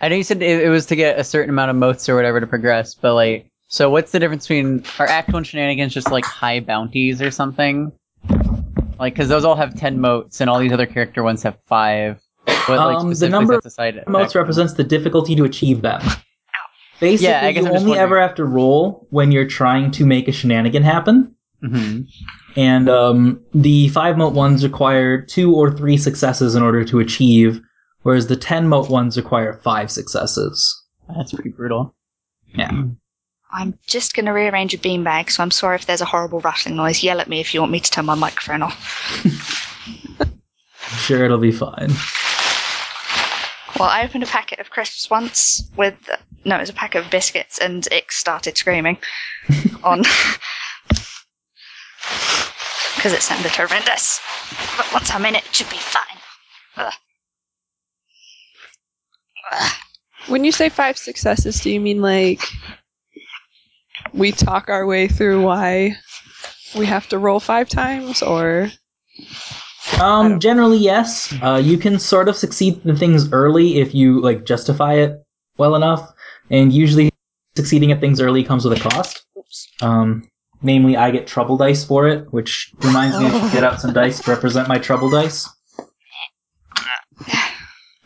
Speaker 4: I know you said it, it was to get a certain amount of motes or whatever to progress, but like, so what's the difference between are Act One shenanigans just like high bounties or something? Like, because those all have ten motes, and all these other character ones have five. What,
Speaker 1: Um,
Speaker 4: like,
Speaker 1: the
Speaker 4: specifically
Speaker 1: number
Speaker 4: sets aside Act
Speaker 1: Motes
Speaker 4: One?
Speaker 1: represents the difficulty to achieve them. Basically,
Speaker 4: Yeah, I guess
Speaker 1: you
Speaker 4: I'm just
Speaker 1: only
Speaker 4: wondering.
Speaker 1: ever have to roll when you're trying to make a shenanigan happen.
Speaker 4: Mhm.
Speaker 1: And um, the five mote ones require two or three successes in order to achieve, whereas the ten mote ones require five successes.
Speaker 4: That's pretty brutal.
Speaker 5: I'm just going to rearrange a beanbag, so I'm sorry if there's a horrible rattling noise. Yell at me if you want me to turn my microphone off.
Speaker 1: I'm sure it'll be fine.
Speaker 5: Well, I opened a packet of crisps once with no, it was a packet of biscuits, and it started screaming on because it sounded horrendous. But once I'm in it, it should be fine. Ugh. Ugh.
Speaker 3: When you say five successes, do you mean like we talk our way through why we have to roll five times, or I
Speaker 1: Um,
Speaker 3: don't-
Speaker 1: generally, yes. Uh, you can sort of succeed in things early if you like justify it well enough, and usually succeeding at things early comes with a cost. Um, namely, I get trouble dice for it, which reminds me to get out some dice to represent my trouble dice.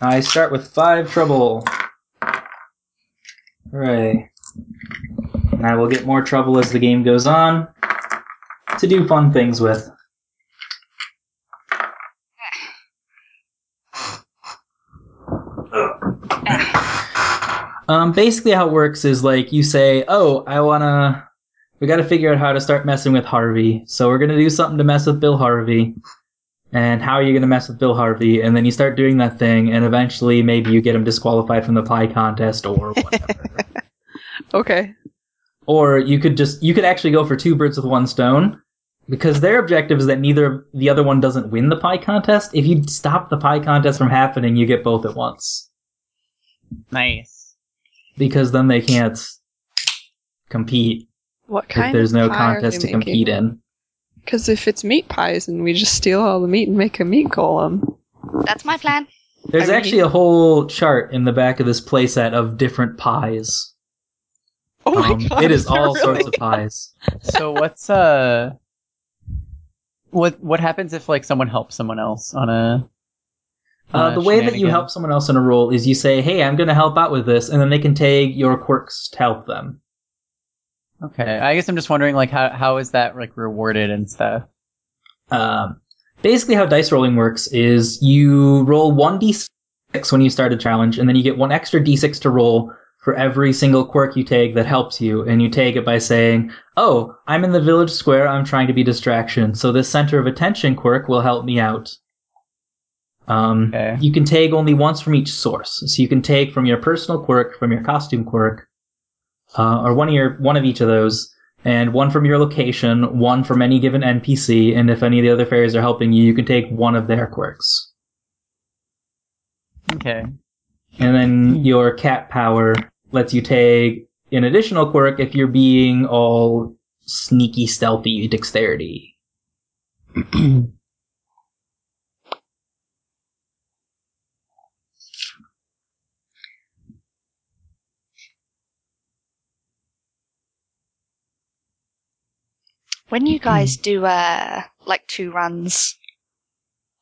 Speaker 1: I start with five trouble. Hooray. And I will get more trouble as the game goes on to do fun things with. Um, basically, how it works is like you say, "Oh, I wanna, we gotta figure out how to start messing with Harvey. So we're gonna do something to mess with Bill Harvey. And how are you gonna mess with Bill Harvey? And then you start doing that thing, and eventually, maybe you get him disqualified from the pie contest or whatever.
Speaker 3: okay,
Speaker 1: or you could just, you could actually go for two birds with one stone." Because their objective is that neither the other one doesn't win the pie contest. If you stop the pie contest from happening, you get both at once.
Speaker 4: Nice.
Speaker 1: because then they can't compete
Speaker 3: what
Speaker 1: if
Speaker 3: kind?
Speaker 1: there's
Speaker 3: of
Speaker 1: no
Speaker 3: pie
Speaker 1: contest to compete in.
Speaker 3: Because if it's meat pies, and we just steal all the meat and make a meat golem.
Speaker 5: That's my plan.
Speaker 1: There's
Speaker 3: I mean-
Speaker 1: actually a whole chart in the back of this playset of different pies.
Speaker 3: Oh my
Speaker 1: Um,
Speaker 3: god!
Speaker 1: it is all
Speaker 3: really?
Speaker 1: sorts of pies.
Speaker 4: So what's uh what what happens if like someone helps someone else on a
Speaker 1: Uh,
Speaker 4: on a
Speaker 1: the way that you
Speaker 4: shenanigan?
Speaker 1: help someone else in a role is you say, "Hey, I'm going to help out with this," and then they can tag your quirks to help them.
Speaker 4: Okay. I guess I'm just wondering like how how is that like rewarded and stuff?
Speaker 1: Um, basically, how dice rolling works is you roll one d6 when you start a challenge, and then you get one extra d6 to roll for every single quirk you take that helps you. And you take it by saying, "Oh, I'm in the village square. I'm trying to be distraction, so this center of attention quirk will help me out." Um,
Speaker 4: Okay.
Speaker 1: You can take only once from each source, so you can take from your personal quirk, from your costume quirk, uh, or one of your one of each of those, and one from your location, one from any given NPC, and if any of the other fairies are helping you, you can take one of their quirks.
Speaker 4: Okay.
Speaker 1: And then your cat power lets you take an additional quirk if you're being all sneaky, stealthy, dexterity.
Speaker 5: When
Speaker 1: Mm-hmm.
Speaker 5: you guys do uh like two runs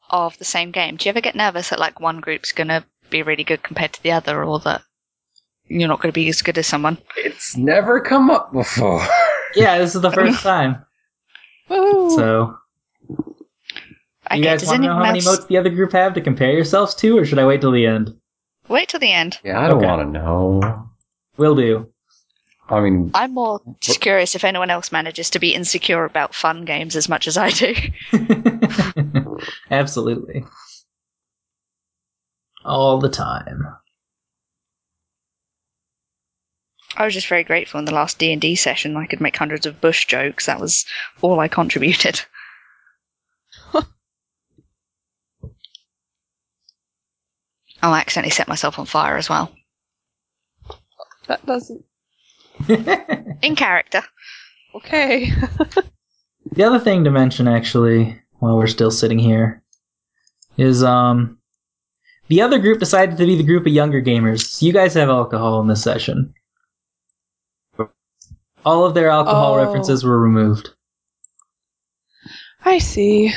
Speaker 5: of the same game, do you ever get nervous that like one group's gonna be really good compared to the other, or that you're not gonna be as good as someone?
Speaker 2: It's never come up before.
Speaker 1: Yeah, this is the first time.
Speaker 3: Woo!
Speaker 1: So,
Speaker 5: Okay,
Speaker 1: you guys
Speaker 5: does
Speaker 1: want to know
Speaker 5: anyone
Speaker 1: how many
Speaker 5: else
Speaker 1: motes the other group have to compare yourselves to, or should I wait till the end?
Speaker 5: wait till the end?
Speaker 2: Yeah, I don't
Speaker 1: Okay.
Speaker 2: want to know.
Speaker 1: Will do.
Speaker 2: I mean,
Speaker 5: I'm more just curious if anyone else manages to be insecure about fun games as much as I do.
Speaker 1: Absolutely. All the time.
Speaker 5: I was just very grateful in the last D and D session I could make hundreds of bush jokes. That was all I contributed. Oh, I accidentally set myself on fire as well.
Speaker 3: That doesn't.
Speaker 5: In character.
Speaker 3: Okay.
Speaker 1: The other thing to mention, actually, while we're still sitting here, is um, the other group decided to be the group of younger gamers. So you guys have alcohol in this session. All of their alcohol
Speaker 3: Oh.
Speaker 1: references were removed.
Speaker 3: I see.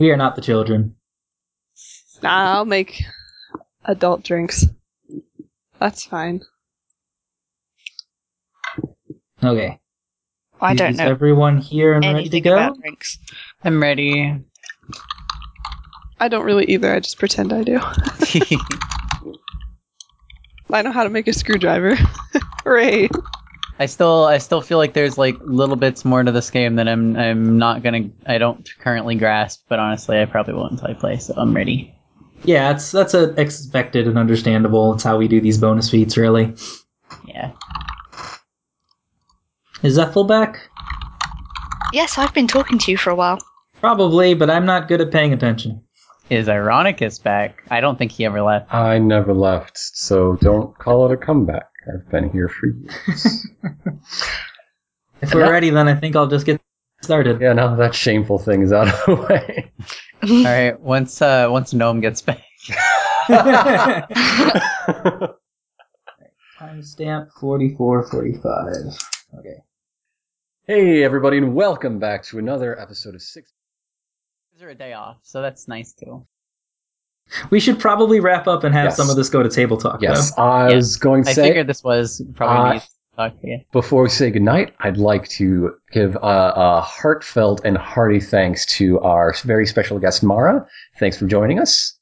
Speaker 1: We are not the children.
Speaker 3: Nah, I'll make adult drinks. That's fine.
Speaker 1: Okay.
Speaker 5: I don't
Speaker 1: Is
Speaker 5: know
Speaker 1: everyone here and ready to
Speaker 5: anything
Speaker 1: go?
Speaker 5: about drinks.
Speaker 4: I'm ready.
Speaker 3: I don't really either. I just pretend I do. I know how to make a screwdriver. Hooray!
Speaker 4: I still I still feel like there's like little bits more to this game that I'm I'm not gonna I don't currently grasp, but honestly I probably won't until I play, so I'm ready.
Speaker 1: Yeah, it's that's uh expected and understandable. It's how we do these bonus feats, really.
Speaker 4: Yeah.
Speaker 1: Is Ethel back?
Speaker 5: Yes, I've been talking to you for a while.
Speaker 1: Probably, but I'm not good at paying attention.
Speaker 4: Is Ironicus back? I don't think he ever left.
Speaker 2: I never left, so don't call it a comeback. I've been here for years.
Speaker 1: If we're ready, then I think I'll just get started.
Speaker 2: yeah, now that shameful thing is out of the way.
Speaker 4: Alright, once uh once Gnome gets back.
Speaker 1: Timestamp 4445. Okay.
Speaker 2: hey, everybody, and welcome back to another episode of Six.
Speaker 4: These are a day off, so that's nice too.
Speaker 1: We should probably wrap up and have
Speaker 2: Yes.
Speaker 1: some of this go to table talk,
Speaker 2: Yes, I
Speaker 4: Yeah.
Speaker 2: was going to
Speaker 4: I
Speaker 2: say.
Speaker 4: figured this was
Speaker 2: Uh,
Speaker 4: probably nice to talk to you.
Speaker 2: Before we say goodnight, I'd like to give uh, a heartfelt and hearty thanks to our very special guest, Mara. Thanks for joining us.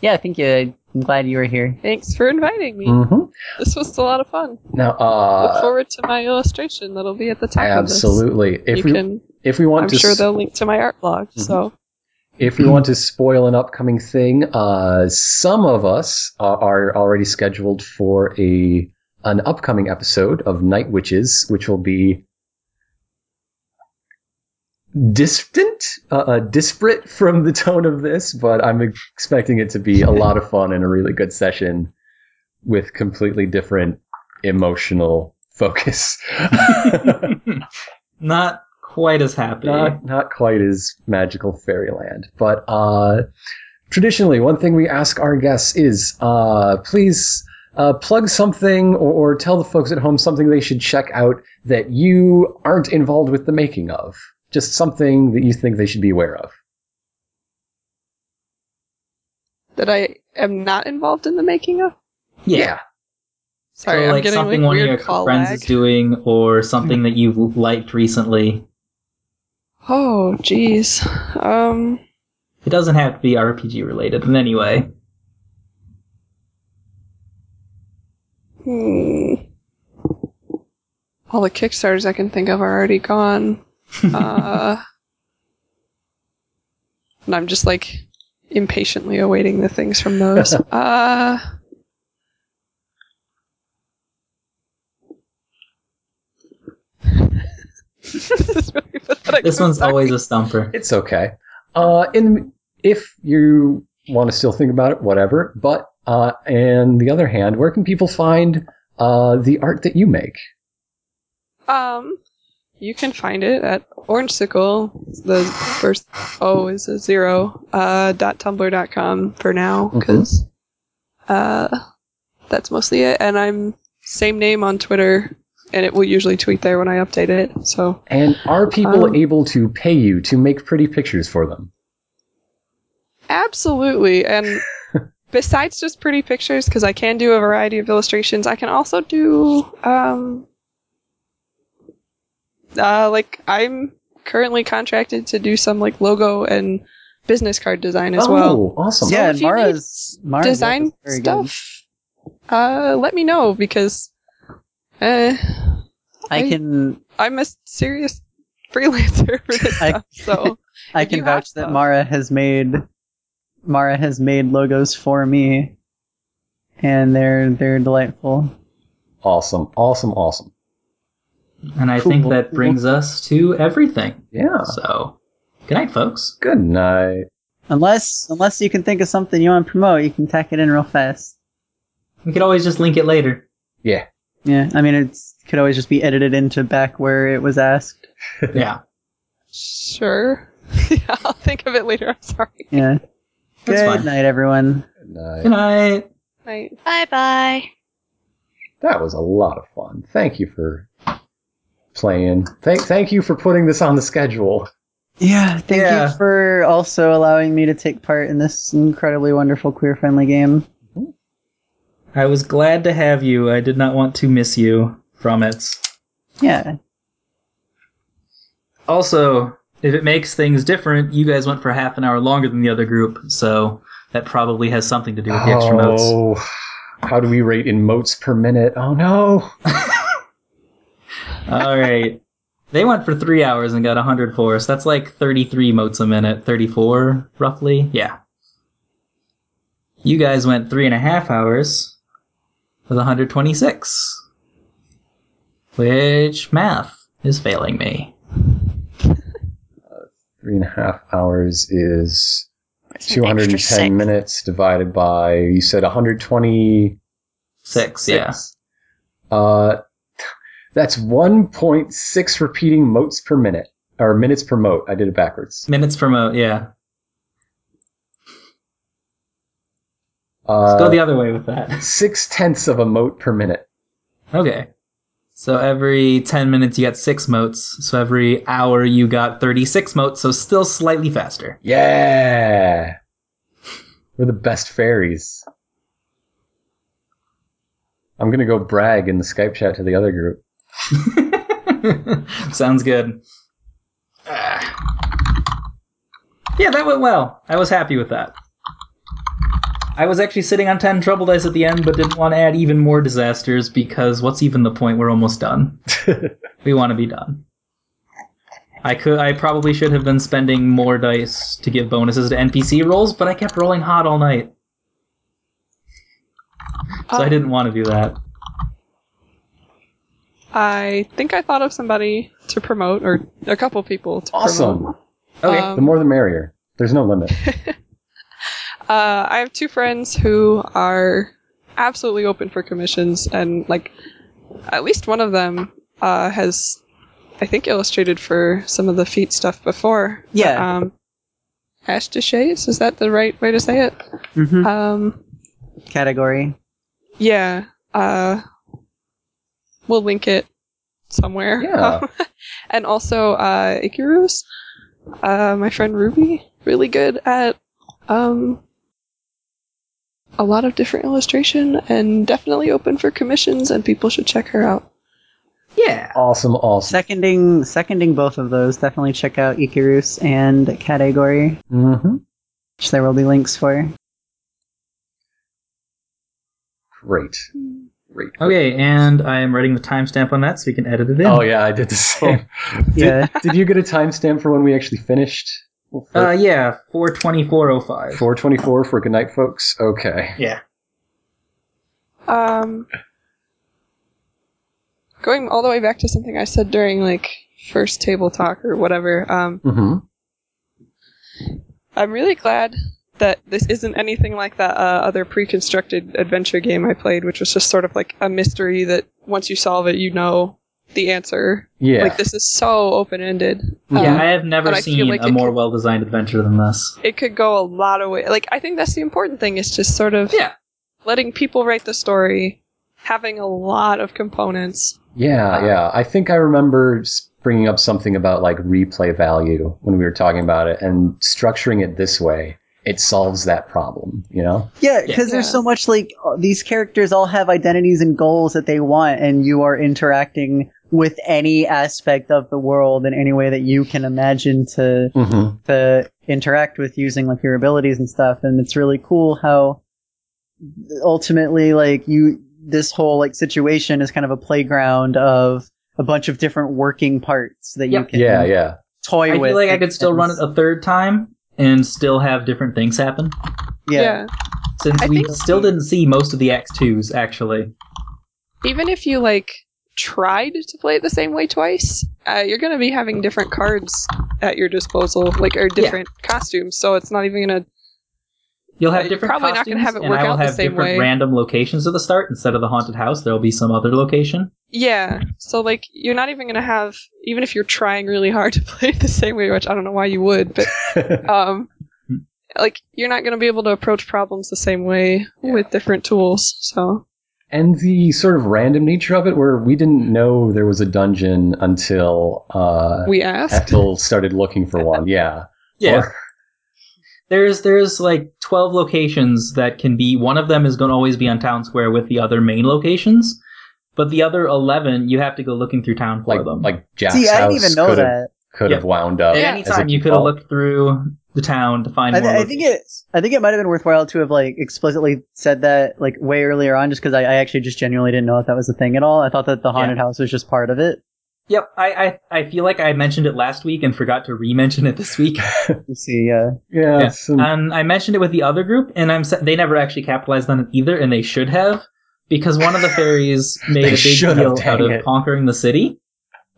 Speaker 4: Yeah, thank you. I'm glad you were here.
Speaker 3: Thanhanks for inviting me.
Speaker 2: Mm-hmm.
Speaker 3: This was a lot of fun.
Speaker 2: Now,
Speaker 3: Look
Speaker 2: uh,
Speaker 3: forward to my illustration that'll be at the top of
Speaker 2: absolutely.
Speaker 3: this.
Speaker 2: If
Speaker 3: you
Speaker 2: we
Speaker 3: can.
Speaker 2: if we want
Speaker 3: I'm
Speaker 2: to
Speaker 3: sure
Speaker 2: s-
Speaker 3: they'll link to my art blog.
Speaker 2: Mhm.
Speaker 3: So
Speaker 2: if we want to spoil an upcoming thing, uh, some of us are, are already scheduled for a an upcoming episode of Night Witches, which will be distant, uh, uh, disparate from the tone of this, but I'm expecting it to be a lot of fun and a really good session with completely different emotional focus.
Speaker 1: though. Not quite as happy.
Speaker 2: not not quite as magical fairyland but uh traditionally one thing we ask our guests is uh please uh, plug something or, or tell the folks at home something they should check out that you aren't involved with the making of just something that you think they should be aware of
Speaker 3: that I am not involved in the making of.
Speaker 1: yeah.
Speaker 3: Sorry,
Speaker 1: so,
Speaker 3: I'm
Speaker 1: like
Speaker 3: getting like
Speaker 1: something one of your
Speaker 3: weird call
Speaker 1: friends
Speaker 3: lag.
Speaker 1: is doing, or something that you've liked recently.
Speaker 3: oh, jeez. Um,
Speaker 1: It doesn't have to be RPG related in any way.
Speaker 3: hmm. All the Kickstarters I can think of are already gone. uh, and I'm just like impatiently awaiting the things from those. uh, this is really pathetic.
Speaker 1: This
Speaker 3: I'm
Speaker 1: one's
Speaker 3: sorry.
Speaker 1: always a stumper.
Speaker 2: It's okay. Uh, in if you want to still think about it, whatever. But uh, and the other hand, where can people find uh, the art that you make?
Speaker 3: Um, you can find it at OrangeCicle. The first O is a zero. Uh, dot tumblr dot com for now because uh, that's mostly it. And I'm same name on Twitter, and it will usually tweet there when I update it. So
Speaker 2: And are people
Speaker 3: Um,
Speaker 2: able to pay you to make pretty pictures for them?
Speaker 3: absolutely. And besides just pretty pictures, because I can do a variety of illustrations, I can also do um, uh, like I'm currently contracted to do some like logo and business card design as
Speaker 2: oh,
Speaker 3: well.
Speaker 2: awesome!
Speaker 3: Yeah,
Speaker 4: yeah,
Speaker 3: if you need
Speaker 4: Mara's, Mara's
Speaker 3: design
Speaker 4: work is very good.
Speaker 3: stuff, uh, let me know because uh,
Speaker 4: I can
Speaker 3: I'm a serious freelancer for this
Speaker 4: I-
Speaker 3: stuff. So
Speaker 4: I
Speaker 3: If you
Speaker 4: can
Speaker 3: have
Speaker 4: vouch that
Speaker 3: stuff.
Speaker 4: Mara has made Mara has made logos for me, and they're they're delightful.
Speaker 2: Awesome, awesome, awesome.
Speaker 1: And I think that brings us to everything.
Speaker 2: Yeah.
Speaker 1: So, good night, folks.
Speaker 2: Good night.
Speaker 4: Unless unless you can think of something you want to promote, you can tack it in real fast.
Speaker 1: We could always just link it later.
Speaker 2: Yeah.
Speaker 4: Yeah, I mean it could always just be edited into back where it was asked.
Speaker 1: yeah.
Speaker 3: Sure. yeah, I'll think of it later. I'm sorry.
Speaker 4: Yeah.
Speaker 1: That's
Speaker 4: Good
Speaker 1: fine.
Speaker 4: night, everyone.
Speaker 2: No,
Speaker 1: Good night.
Speaker 3: I,
Speaker 5: Bye bye.
Speaker 2: that was a lot of fun. Thank you for playing. Thank thank you for putting this on the schedule.
Speaker 4: Yeah, thank
Speaker 1: Yeah.
Speaker 4: you for also allowing me to take part in this incredibly wonderful queer friendly game.
Speaker 1: I was glad to have you. I did not want to miss you from it.
Speaker 4: Yeah.
Speaker 1: Also, if it makes things different, you guys went for half an hour longer than the other group, so that probably has something to do with the extra modes.
Speaker 2: Oh, how do we rate in motes per minute? Oh no.
Speaker 1: All right. They went for three hours and got 100 for us. That's like 33 motes a minute, 34 roughly. Yeah. You guys went three and a half hours with 126. Which math is failing me.
Speaker 2: Three and a half hours is
Speaker 5: It's an
Speaker 2: two hundred and
Speaker 5: extra six.
Speaker 2: ten minutes divided by you said one hundred twenty.
Speaker 1: Six, yeah.
Speaker 2: Uh, that's one point six repeating motes per minute or minutes per mote. I did it backwards.
Speaker 1: Minutes per mote, yeah. Let's
Speaker 2: Uh,
Speaker 1: go the other way with that.
Speaker 2: six tenths of a mote per minute.
Speaker 1: Okay. So every 10 minutes you got six motes. So every hour you got 36 motes, so still slightly faster.
Speaker 2: Yeah, we're the best fairies. I'm gonna go brag in the Skype chat to the other group.
Speaker 1: Sounds good. Ah. Yeah, that went well. I was happy with that. I was actually sitting on 10 trouble dice at the end, but didn't want to add even more disasters because what's even the point? We're almost done. we want to be done. I could I probably should have been spending more dice to give bonuses to NPC rolls, but I kept rolling hot all night. So I
Speaker 3: um,
Speaker 1: didn't want to do that.
Speaker 3: I think I thought of somebody to promote, or a couple people to promote.
Speaker 2: Awesome.
Speaker 1: Okay.
Speaker 3: Um,
Speaker 2: The more the merrier. There's no limit.
Speaker 3: Uh, I have two friends who are absolutely open for commissions, and like at least one of them uh, has, I think, illustrated for some of the feet stuff before.
Speaker 4: Yeah.
Speaker 3: Um, Ash Deshays, is that the right way to say it?
Speaker 2: Mm-hmm.
Speaker 4: hmm
Speaker 3: Um,
Speaker 4: Category.
Speaker 3: yeah. Uh, we'll link it somewhere.
Speaker 2: Yeah.
Speaker 3: and also uh, Ikiru's, uh, my friend Ruby, really good at um, a lot of different illustration and definitely open for commissions, and people should check her out.
Speaker 1: yeah.
Speaker 2: Awesome, awesome.
Speaker 4: Seconding seconding both of those, definitely check out Ikirus and Category,
Speaker 2: Mm-hmm.
Speaker 4: which there will be links for.
Speaker 2: Great. Great.
Speaker 1: Okay, and I am writing the timestamp on that so we can edit it in.
Speaker 2: Oh yeah, I did the same.
Speaker 4: Yeah.
Speaker 2: Did, did you get a timestamp for when we actually finished?
Speaker 1: Uh, yeah, 42405.
Speaker 2: 424 for goodnight, folks. Okay.
Speaker 1: Yeah.
Speaker 3: Um, going all the way back to something I said during like first table talk or whatever. Um,
Speaker 2: Mm-hmm.
Speaker 3: I'm really glad that this isn't anything like that uh, other pre-constructed adventure game I played, which was just sort of like a mystery that once you solve it, you know the answer.
Speaker 2: Yeah.
Speaker 3: Like this is so open-ended.
Speaker 1: Yeah,
Speaker 3: Um,
Speaker 1: I have never
Speaker 3: but I feel
Speaker 1: seen
Speaker 3: like
Speaker 1: a
Speaker 3: it
Speaker 1: more
Speaker 3: could-
Speaker 1: well designed adventure than this.
Speaker 3: it could go a lot of ways. Like I think that's the important thing is just sort of
Speaker 1: Yeah.
Speaker 3: letting people write the story, having a lot of components.
Speaker 2: yeah, yeah. I think I remember s- bringing up something about like replay value when we were talking about it, and structuring it this way, it solves that problem. You know?
Speaker 4: Yeah,
Speaker 1: Yeah.
Speaker 4: because there's
Speaker 3: Yeah.
Speaker 4: so much like uh, these characters all have identities and goals that they want, and you are interacting with any aspect of the world in any way that you can imagine to
Speaker 2: Mm-hmm.
Speaker 4: to interact with using like your abilities and stuff and it's really cool how ultimately like you this whole like situation is kind of a playground of a bunch of different working parts that you
Speaker 1: Yep.
Speaker 4: can
Speaker 2: Yeah, yeah.
Speaker 4: toy
Speaker 1: I
Speaker 4: with
Speaker 1: feel like I could still run it a third time and still have different things happen.
Speaker 4: yeah,
Speaker 1: Since
Speaker 3: I
Speaker 1: we
Speaker 3: think-
Speaker 1: still didn't see most of the Act 2s, actually.
Speaker 3: Even if you like tried to play it the same way twice, uh, you're going to be having different cards at your disposal, like or different costumes. So it's not even gonna.
Speaker 1: You'll
Speaker 3: Uh,
Speaker 1: have
Speaker 3: you're
Speaker 1: different
Speaker 3: probably not
Speaker 1: costumes,
Speaker 3: gonna have it
Speaker 1: and
Speaker 3: work
Speaker 1: I will
Speaker 3: out the
Speaker 1: have
Speaker 3: same
Speaker 1: different
Speaker 3: way.
Speaker 1: random locations at the start. Instead of the haunted house, there will be some other location.
Speaker 3: Yeah. So like you're not even gonna have even if you're trying really hard to play it the same way, which I don't know why you would, but um, like you're not gonna be able to approach problems the same way with different tools. So
Speaker 2: and the sort of random nature of it, where we didn't know there was a dungeon until uh,
Speaker 3: we asked.
Speaker 2: Ethel started looking for one. Yeah. Or-
Speaker 1: there's there's like 12 locations that can be one of them is going to always be on town square with the other main locations but the other 11 you have to go looking through town for
Speaker 2: like
Speaker 1: them
Speaker 2: like Jack's
Speaker 4: See, I
Speaker 2: house
Speaker 4: didn't even know
Speaker 2: could have
Speaker 4: that.
Speaker 2: could have
Speaker 1: Yeah.
Speaker 2: wound up.
Speaker 1: At
Speaker 5: Yeah.
Speaker 1: any
Speaker 2: as a
Speaker 1: time you could have
Speaker 2: default.
Speaker 1: looked through the town to find
Speaker 4: I, th-
Speaker 1: more
Speaker 4: I think it. I think it might have been worthwhile to have like explicitly said that like way earlier on, just because I, I actually just genuinely didn't know if that was a thing at all. I thought that the haunted house was just part of it.
Speaker 1: yep I, I i feel like i mentioned it last week and forgot to re-mention it this week
Speaker 4: You see, uh,
Speaker 2: Yeah.
Speaker 1: Yeah.
Speaker 2: some-
Speaker 1: um, i mentioned it with the other group and i'm sa- they never actually capitalized on it either and they should have because one of the fairies made
Speaker 2: They
Speaker 1: a big
Speaker 2: should have,
Speaker 1: deal
Speaker 2: dang
Speaker 1: out of
Speaker 2: it.
Speaker 1: conquering the city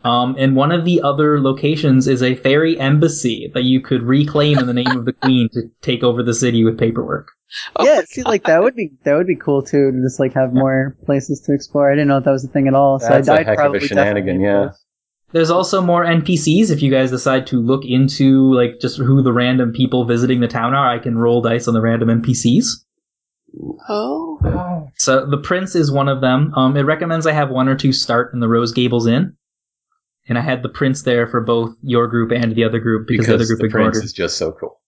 Speaker 1: um, and one of the other locations is a fairy embassy that you could reclaim in the name of the queen to take over the city with paperwork
Speaker 3: Oh
Speaker 4: yeah, see, like that would be that would be cool too to just like have more places to explore. I didn't know if that was a thing at all, so
Speaker 2: That's a
Speaker 4: I died
Speaker 2: heck of a
Speaker 4: probably
Speaker 2: shenanigan,
Speaker 4: definitely.
Speaker 2: yeah.
Speaker 1: there's also more npcs if you guys decide to look into like just who the random people visiting the town are i can roll dice on the random npcs
Speaker 3: Oh.
Speaker 1: So the Prince is one of them. Um, it recommends I have one or two start in the Rose Gables Inn, and I had the Prince there for both your group and the other group because, the other
Speaker 2: because
Speaker 1: group
Speaker 2: the
Speaker 1: ignored
Speaker 2: prince
Speaker 1: it.
Speaker 2: is just so cool.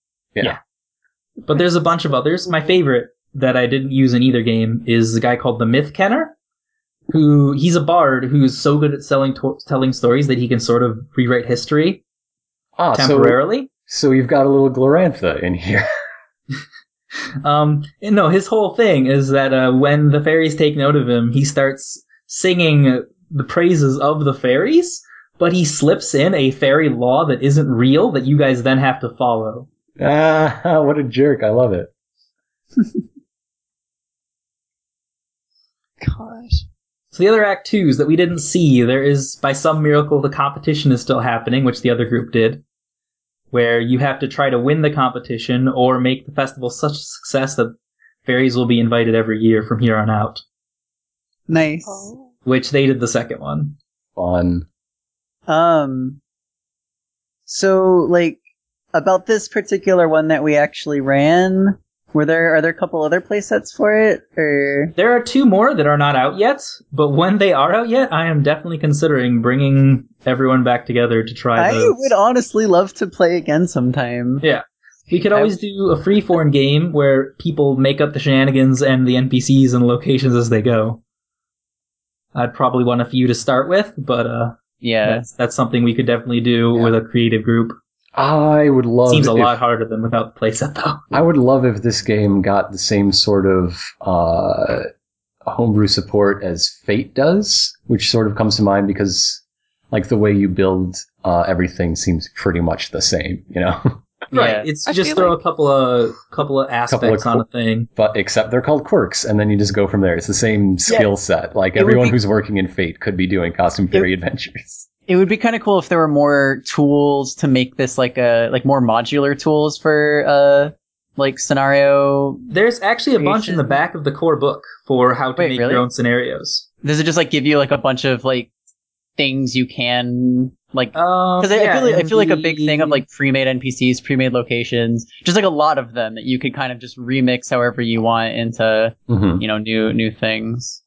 Speaker 1: But there's a bunch of others. My favorite that I didn't use in either game is a guy called the Myth Kenner, who he's a bard who's so good at selling to- telling stories that he can sort of rewrite history
Speaker 2: Ah, so
Speaker 1: temporarily.
Speaker 2: so you've got a little Glorantha in here.
Speaker 1: Um, and no, his whole thing is that uh, when the fairies take note of him, he starts singing the praises of the fairies, but he slips in a fairy law that isn't real that you guys then have to follow.
Speaker 2: ah, what a jerk! I love it.
Speaker 3: Gosh.
Speaker 1: So the other act twos that we didn't see, there is by some miracle the competition is still happening, which the other group did, where you have to try to win the competition or make the festival such a success that fairies will be invited every year from here on out.
Speaker 4: Nice.
Speaker 3: Oh.
Speaker 1: Which they did the second one.
Speaker 2: Fun.
Speaker 4: Um. So, like, about this particular one that we actually ran, were there are there a couple other playsets for it, or
Speaker 1: There are two more that are not out yet, but when they are out yet, I am definitely considering bringing everyone back together to try
Speaker 4: I
Speaker 1: those.
Speaker 4: would honestly love to play again sometime.
Speaker 1: we could
Speaker 4: I
Speaker 1: always do a freeform game where people make up the shenanigans and the NPCs and locations as they go. I'd probably want a few to start with, but uh,
Speaker 4: Yeah.
Speaker 1: that's, that's something we could definitely do
Speaker 2: Yeah.
Speaker 1: with a creative group.
Speaker 2: I would love.
Speaker 1: Seems a
Speaker 2: if-
Speaker 1: lot harder than without the playset, though.
Speaker 2: I would love if this game got the same sort of uh, homebrew support as Fate does, which sort of comes to mind because, like, the way you build uh, everything seems pretty much the same, you know.
Speaker 4: Yeah.
Speaker 1: Right? It's
Speaker 3: I
Speaker 1: just
Speaker 3: feel
Speaker 1: throw
Speaker 3: like-
Speaker 1: a couple of couple of aspects on
Speaker 2: cool-
Speaker 1: a thing.
Speaker 2: but except they're called quirks, and then you just go from there. It's the same skill set. Like
Speaker 4: It would
Speaker 2: everyone
Speaker 4: be-
Speaker 2: who's working in Fate could be doing costume fairy adventures.
Speaker 4: It would be kind of cool if there were more tools to make this like a like more modular tools for uh like scenario.
Speaker 1: There's actually a bunch in the
Speaker 4: Creation.
Speaker 1: back of the core book for how to
Speaker 4: Wait,
Speaker 1: make
Speaker 4: really?
Speaker 1: your own scenarios.
Speaker 4: Does it just like give you like a bunch of like things you can like
Speaker 1: Because
Speaker 4: Because I, I feel, like, I feel like a big thing of like pre-made NPCs, pre-made locations, just like a lot of them that you could kind of just remix however you want into
Speaker 2: Mm-hmm.
Speaker 4: you know new new things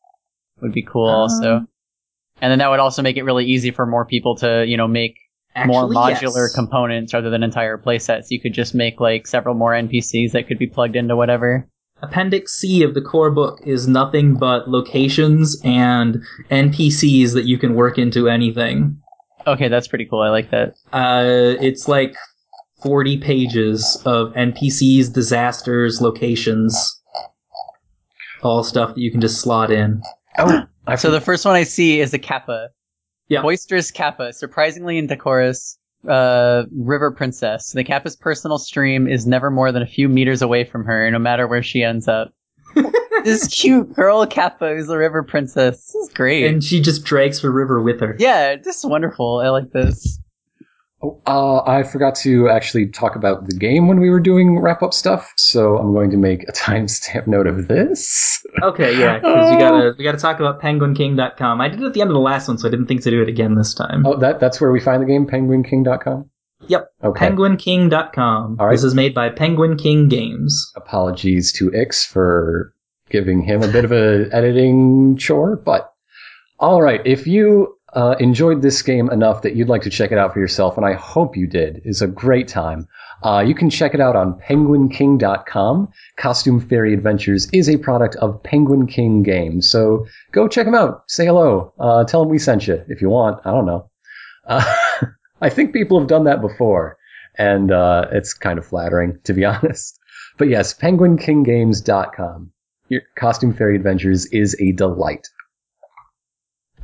Speaker 4: would be cool
Speaker 1: Um,
Speaker 4: also, and then that would also make it really easy for more people to you know make more modular components rather than entire playsets. You could just make like several more NPCs that could be plugged into whatever.
Speaker 1: Appendix C of the core book is nothing but locations and NPCs that you can work into anything.
Speaker 4: Okay, that's pretty cool. I like that.
Speaker 1: Uh, it's like forty pages of NPCs, disasters, locations, all stuff that you can just slot in.
Speaker 2: Oh, I
Speaker 4: So the first one I see is a kappa.
Speaker 1: Yeah.
Speaker 4: Boisterous kappa, surprisingly indecorous uh, river princess. The kappa's personal stream is never more than a few meters away from her, no matter where she ends up. this cute girl kappa who's the river princess. This is great.
Speaker 1: And she just drags her river with her.
Speaker 4: yeah, this is wonderful. I like this.
Speaker 2: Oh, uh, I forgot to actually talk about the game when we were doing wrap up stuff, so I'm going to make a timestamp note of this.
Speaker 1: Okay, yeah, because we
Speaker 2: Oh.
Speaker 1: gotta we gotta talk about penguinking.com. I did it at the end of the last one, so I didn't think to do it again this time.
Speaker 2: Oh, that that's where we find the game, penguinking.com?
Speaker 1: Yep.
Speaker 2: Okay.
Speaker 1: Penguinking.com.
Speaker 2: All right.
Speaker 1: This is made by Penguin King Games.
Speaker 2: Apologies to Ix for giving him a bit of a editing chore, but all right. If you uh, enjoyed this game enough that you'd like to check it out for yourself, and I hope you did, it's a great time. Uh, you can check it out on penguinking.com. Costume Fairy Adventures is a product of Penguin King Games, so go check them out. Say hello. Uh, tell them we sent you if you want. I don't know. Uh, I think people have done that before, and uh, it's kind of flattering, to be honest. But yes, penguinkinggames.com. Your Costume Fairy Adventures is a delight.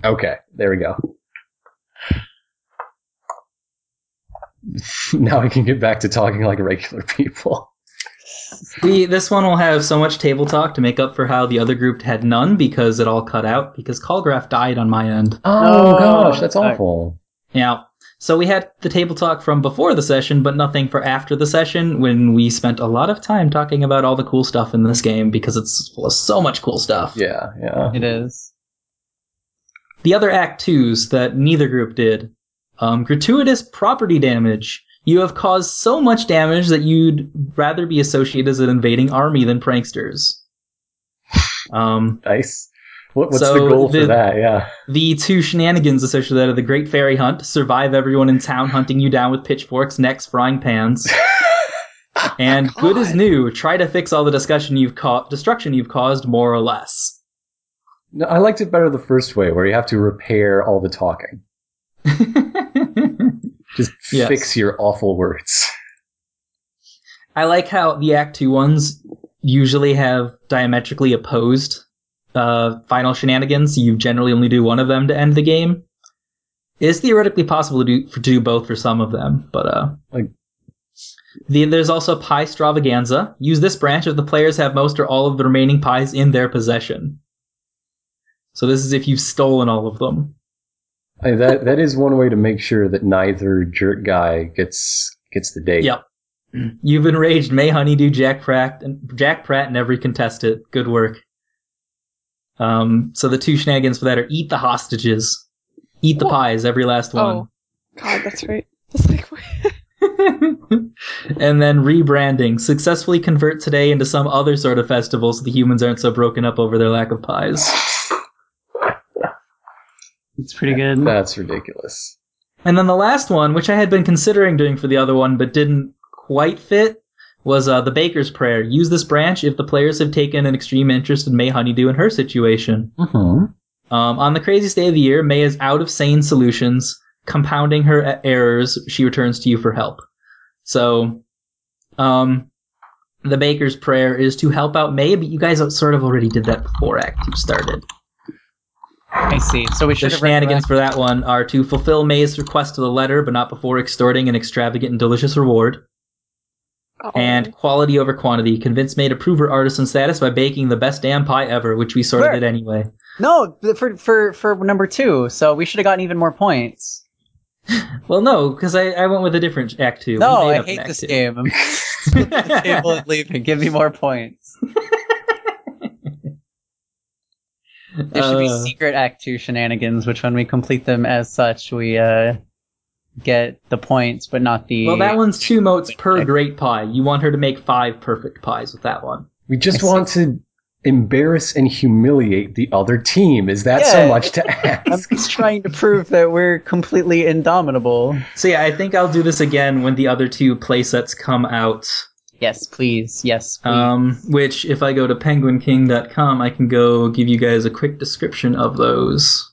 Speaker 2: Okay, there we go. now I can get back to talking like regular people.
Speaker 1: The, this one will have so much table talk to make up for how the other group had none because it all cut out because Colgraph died on my end.
Speaker 2: Oh,
Speaker 4: Oh,
Speaker 2: gosh, that's
Speaker 4: sorry.
Speaker 2: awful.
Speaker 1: Yeah. So we had the table talk from before the session, but nothing for after the session when we spent a lot of time talking about all the cool stuff in this game because it's full of so much cool stuff.
Speaker 2: Yeah, yeah.
Speaker 4: It is.
Speaker 1: The other Act 2s that neither group did um, gratuitous property damage. You have caused so much damage that you'd rather be associated as an invading army than pranksters. Um,
Speaker 2: Nice. What, what's the
Speaker 1: So
Speaker 2: goal for
Speaker 1: the-
Speaker 2: that? Yeah.
Speaker 1: the two shenanigans associated with that are the Great Fairy Hunt, survive everyone in town hunting you down with pitchforks, necks, frying pans, and good as
Speaker 3: God.
Speaker 1: new. Try to fix all the discussion you've caused, destruction you've caused, more or less.
Speaker 2: No, I liked it better the first way, where you have to repair all the talking. Just
Speaker 1: Yes.
Speaker 2: fix your awful words.
Speaker 1: I like how the Act Two ones usually have diametrically opposed uh, final shenanigans. You generally only do one of them to end the game. It is theoretically possible to do, to do both for some of them, but uh,
Speaker 2: Like-
Speaker 1: the, there's also pie stravaganza. Use this branch if the players have most or all of the remaining pies in their possession. So this is if you've stolen all of them.
Speaker 2: I mean, that that is one way to make sure that neither jerk guy gets gets the date.
Speaker 1: Yep. You've enraged May Honeydew, Jack Pratt, and Jack Pratt, and every contestant. Good work. Um, so the two shenanigans for that are eat the hostages, eat the
Speaker 3: Wha-
Speaker 1: pies, every last one,
Speaker 3: Oh. God, that's right. That's like
Speaker 1: and then rebranding. Successfully convert today into some other sort of festival, so the humans aren't so broken up over their lack of pies.
Speaker 4: It's pretty good.
Speaker 2: That's ridiculous.
Speaker 1: And then the last one, which I had been considering doing for the other one but didn't quite fit, was uh, the Baker's Prayer. Use this branch if the players have taken an extreme interest in May Honeydew and her situation.
Speaker 2: Mm-hmm.
Speaker 1: Um, on the craziest day of the year, May is out of sane solutions, compounding her e- errors. She returns to you for help. So, um, the Baker's prayer is to help out May, but you guys sort of already did that before Act Two started.
Speaker 4: I see. So we
Speaker 1: The
Speaker 4: should have read
Speaker 1: shenanigans for that one are to fulfill May's request to the letter, but not before extorting an extravagant and delicious reward.
Speaker 3: oh,
Speaker 1: And quality over quantity. Convince May to prove her artisan status by baking the best damn pie ever, which we sort of
Speaker 4: Sure.
Speaker 1: did anyway.
Speaker 4: No, but for for for number two. So we should have gotten even more points.
Speaker 1: Well, no, because I, I went with a different Act Two. We
Speaker 4: No,
Speaker 1: made
Speaker 4: I
Speaker 1: up an
Speaker 4: hate
Speaker 1: Act
Speaker 4: this
Speaker 1: Two.
Speaker 4: game. I'm the table and leaving. Give me more points. There should be
Speaker 1: Uh.
Speaker 4: secret Act Two shenanigans, which when we complete them as such, we uh, get the points, but not the.
Speaker 1: Well, that one's two motes per
Speaker 4: Okay.
Speaker 1: great pie. You want her to make five perfect pies with that one.
Speaker 2: We just
Speaker 4: I see.
Speaker 2: want to embarrass and humiliate the other team. Is that so
Speaker 4: Yeah.
Speaker 2: much to
Speaker 4: I'm
Speaker 2: ask?
Speaker 4: just trying to prove that we're completely indomitable.
Speaker 1: So yeah, I think I'll do this again when the other two playsets come out.
Speaker 4: Yes, please. Yes, please.
Speaker 1: Um, which, if I go to penguinking.com, I can go give you guys a quick description of those.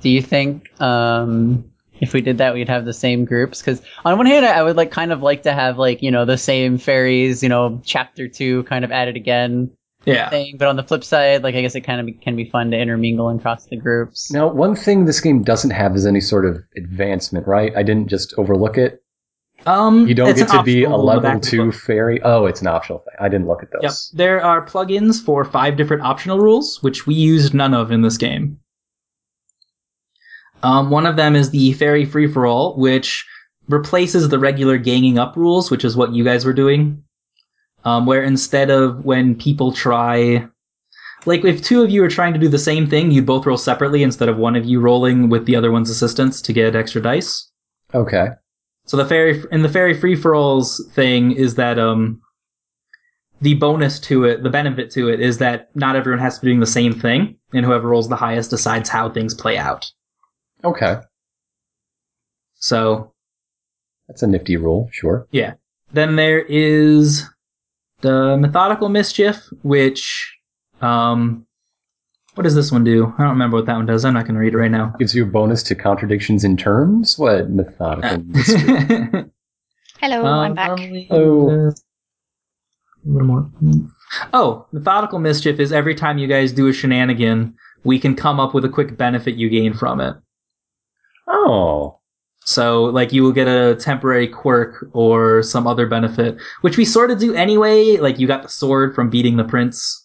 Speaker 4: Do you think um, if we did that, we'd have the same groups? Because on one hand, I I would like kind of like to have like you know the same fairies, you know, chapter two kind of added again
Speaker 1: Yeah.
Speaker 4: thing. But on the flip side, like I guess it kind of be- can be fun to intermingle and cross the groups.
Speaker 2: Now, one thing this game doesn't have is any sort of advancement, right? I didn't just overlook it.
Speaker 1: Um,
Speaker 2: You don't
Speaker 1: it's
Speaker 2: get
Speaker 1: an
Speaker 2: to be a
Speaker 1: optional in the back
Speaker 2: level
Speaker 1: of the
Speaker 2: two
Speaker 1: book.
Speaker 2: fairy. Oh, it's an optional thing. I didn't look at
Speaker 1: Yep.
Speaker 2: those.
Speaker 1: There are plugins for five different optional rules, which we used none of in this game. Um, one of them is the fairy free for all, which replaces the regular ganging up rules, which is what you guys were doing, um, where instead of when people try, like if two of you are trying to do the same thing, you'd both roll separately instead of one of you rolling with the other one's assistance to get extra dice.
Speaker 2: Okay.
Speaker 1: So the fairy in the fairy free for alls thing is that um, the bonus to it, the benefit to it, is that not everyone has to be doing the same thing, and whoever rolls the highest decides how things play out.
Speaker 2: Okay.
Speaker 1: So
Speaker 2: That's a nifty rule, sure.
Speaker 1: Then there is the methodical mischief, which um, what does this one do? I don't remember what that one does. I'm not going to read it right now.
Speaker 2: Gives you a bonus to contradictions in terms? What methodical mystery?
Speaker 5: Hello, I'm
Speaker 1: Um,
Speaker 5: back.
Speaker 1: probably,
Speaker 2: Oh.
Speaker 1: uh, a little more. Oh, methodical mischief is every time you guys do a shenanigan, we can come up with a quick benefit you gain from it.
Speaker 2: Oh.
Speaker 1: So, like, you will get a temporary quirk or some other benefit, which we sort of do anyway. Like, you got the sword from beating the prince.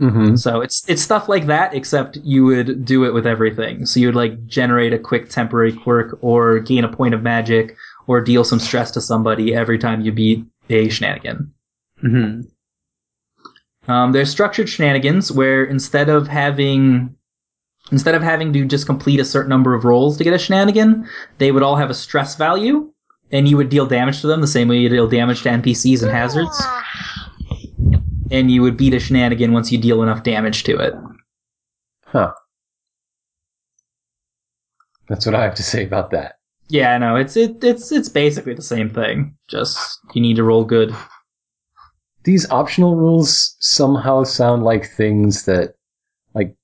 Speaker 2: Mm-hmm.
Speaker 1: So it's it's stuff like that, except you would do it with everything. So you would like generate a quick temporary quirk or gain a point of magic or deal some stress to somebody every time you beat a shenanigan.
Speaker 4: Mm-hmm.
Speaker 1: Um, there's structured shenanigans where instead of having instead of having to just complete a certain number of rolls to get a shenanigan, they would all have a stress value, and you would deal damage to them the same way you deal damage to NPCs and hazards,
Speaker 5: Ah,
Speaker 1: and you would beat a shenanigan once you deal enough damage to it.
Speaker 2: That's what I have to say about that.
Speaker 1: Yeah, no, it's it, it's it's basically the same thing. Just you need to roll good.
Speaker 2: These optional rules somehow sound like things that, like,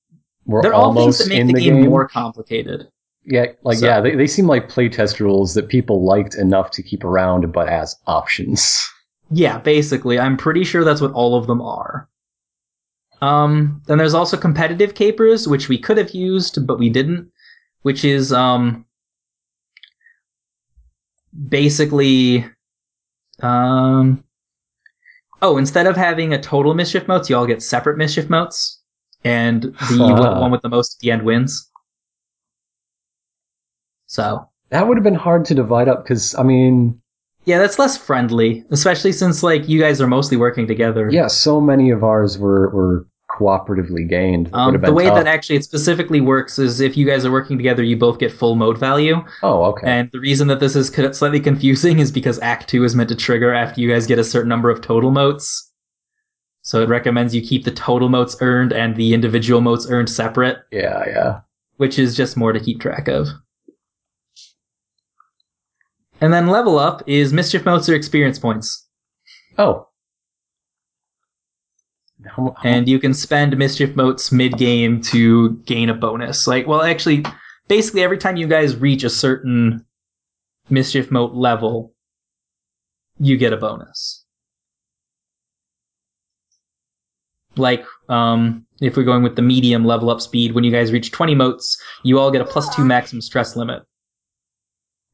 Speaker 2: were
Speaker 1: They're all things
Speaker 2: almost
Speaker 1: that make
Speaker 2: in
Speaker 1: the,
Speaker 2: the,
Speaker 1: game, more complicated.
Speaker 2: Yeah, like
Speaker 1: So-
Speaker 2: yeah, they, they seem like playtest rules that people liked enough to keep around, but as options.
Speaker 1: Yeah, basically, I'm pretty sure that's what all of them are. Um, then there's also competitive capers, which we could have used, but we didn't, which is um, basically, um, oh, instead of having a total mischief motes, you all get separate mischief motes, and the
Speaker 2: Huh.
Speaker 1: one with the most at the end wins. So
Speaker 2: That would have been hard to divide up because I mean,
Speaker 1: yeah, that's less friendly, especially since like you guys are mostly working together.
Speaker 2: yeah, so many of ours were were cooperatively gained. That would
Speaker 1: Um,
Speaker 2: have been
Speaker 1: the way
Speaker 2: tough.
Speaker 1: that actually it specifically works is if you guys are working together, you both get full mode value.
Speaker 2: oh, okay.
Speaker 1: And the reason that this is co- slightly confusing is because Act 2 is meant to trigger after you guys get a certain number of total motes. So it recommends you keep the total motes earned and the individual motes earned separate,
Speaker 2: yeah, yeah.
Speaker 1: which is just more to keep track of. And then level up is mischief motes or experience points.
Speaker 2: Oh. How, how-
Speaker 1: and you can spend mischief motes mid game to gain a bonus. Like, well, actually, basically every time you guys reach a certain mischief mote level, you get a bonus. Like, um, if we're going with the medium level up speed, when you guys reach 20 motes, you all get a plus two maximum stress limit.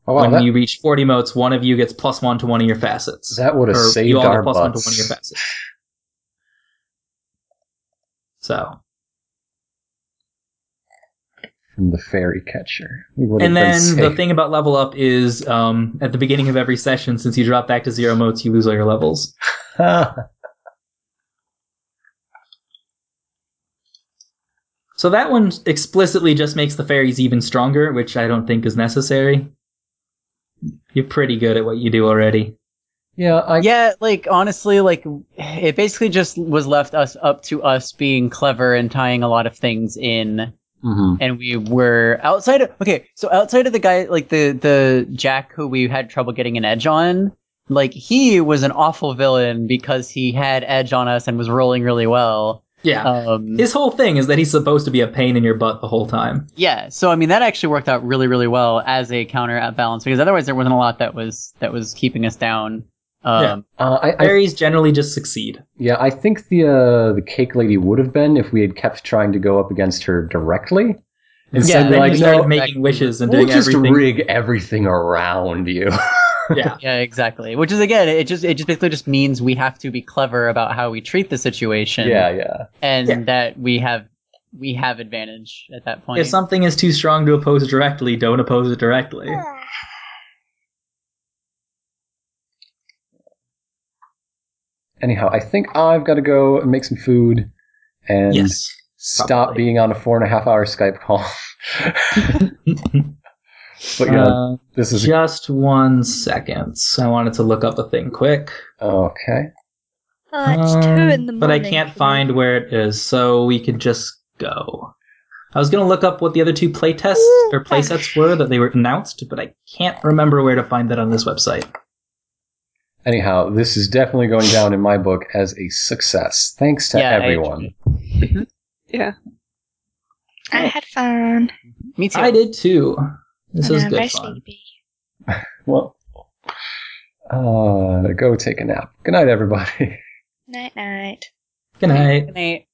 Speaker 2: oh, wow,
Speaker 1: when
Speaker 2: that,
Speaker 1: you reach 40 motes, one of you gets plus one to one of your facets.
Speaker 2: that would have
Speaker 1: Or
Speaker 2: saved
Speaker 1: you all
Speaker 2: our
Speaker 1: get plus one to one of your
Speaker 2: butts.
Speaker 1: facets. So.
Speaker 2: from the fairy catcher. We would have
Speaker 1: And
Speaker 2: been
Speaker 1: then
Speaker 2: safe.
Speaker 1: the thing about level up is um, at the beginning of every session, since you drop back to zero motes, you lose all your levels. So that one explicitly just makes the fairies even stronger, which I don't think is necessary. You're pretty good at what you do already.
Speaker 2: yeah, I
Speaker 4: Uh, yeah, like honestly, like it basically just was left us up to us being clever and tying a lot of things in,
Speaker 2: mhm.
Speaker 4: and we were outside of okay. So outside of the guy, like the the Jack who we had trouble getting an edge on, like he was an awful villain because he had edge on us and was rolling really well.
Speaker 1: Yeah.
Speaker 4: Um,
Speaker 1: His whole thing is that he's supposed to be a pain in your butt the whole time.
Speaker 4: yeah, so I mean that actually worked out really really well as a counter at balance because otherwise there wasn't a lot that was that was keeping us down. Um,
Speaker 1: Yeah.
Speaker 2: Uh, I, I
Speaker 1: Fairies generally just succeed.
Speaker 2: Yeah, I think the uh, the cake lady would have been if we had kept trying to go up against her directly.
Speaker 4: Yeah,
Speaker 2: Instead,
Speaker 1: And
Speaker 2: we're
Speaker 1: then
Speaker 2: like,
Speaker 1: you
Speaker 2: no,
Speaker 1: start making wishes and
Speaker 2: we'll
Speaker 1: doing
Speaker 2: just
Speaker 1: everything.
Speaker 2: rig everything around you.
Speaker 1: yeah.
Speaker 4: Yeah, exactly. Which is again, it just it just basically just means we have to be clever about how we treat the situation.
Speaker 2: yeah, yeah.
Speaker 4: and
Speaker 1: Yeah.
Speaker 4: that we have we have advantage at that point.
Speaker 1: If something is too strong to oppose directly, don't oppose it directly.
Speaker 2: anyhow, I think I've got to go and make some food and
Speaker 1: yes.
Speaker 2: stop
Speaker 1: probably.
Speaker 2: being on a four and a half hour Skype call. but yeah,
Speaker 1: Uh,
Speaker 2: this is
Speaker 1: just one second. I wanted to look up a thing quick.
Speaker 2: okay.
Speaker 5: Oh, it's two
Speaker 1: Um,
Speaker 5: in the morning.
Speaker 1: But I can't find where it is, so we could just go. I was gonna look up what the other two playtests or playsets were that they were announced, but I can't remember where to find that on this website.
Speaker 2: Anyhow, this is definitely going down in my book as a success. Thanks to
Speaker 4: Yeah, I-
Speaker 2: everyone.
Speaker 5: I had fun.
Speaker 4: Me too.
Speaker 1: I did too. This
Speaker 5: and
Speaker 1: was
Speaker 5: I'm
Speaker 1: good
Speaker 5: very
Speaker 1: fun.
Speaker 5: sleepy.
Speaker 2: well, uh, go take a nap. Good night, everybody.
Speaker 5: Night night.
Speaker 1: Good night.
Speaker 4: Good night.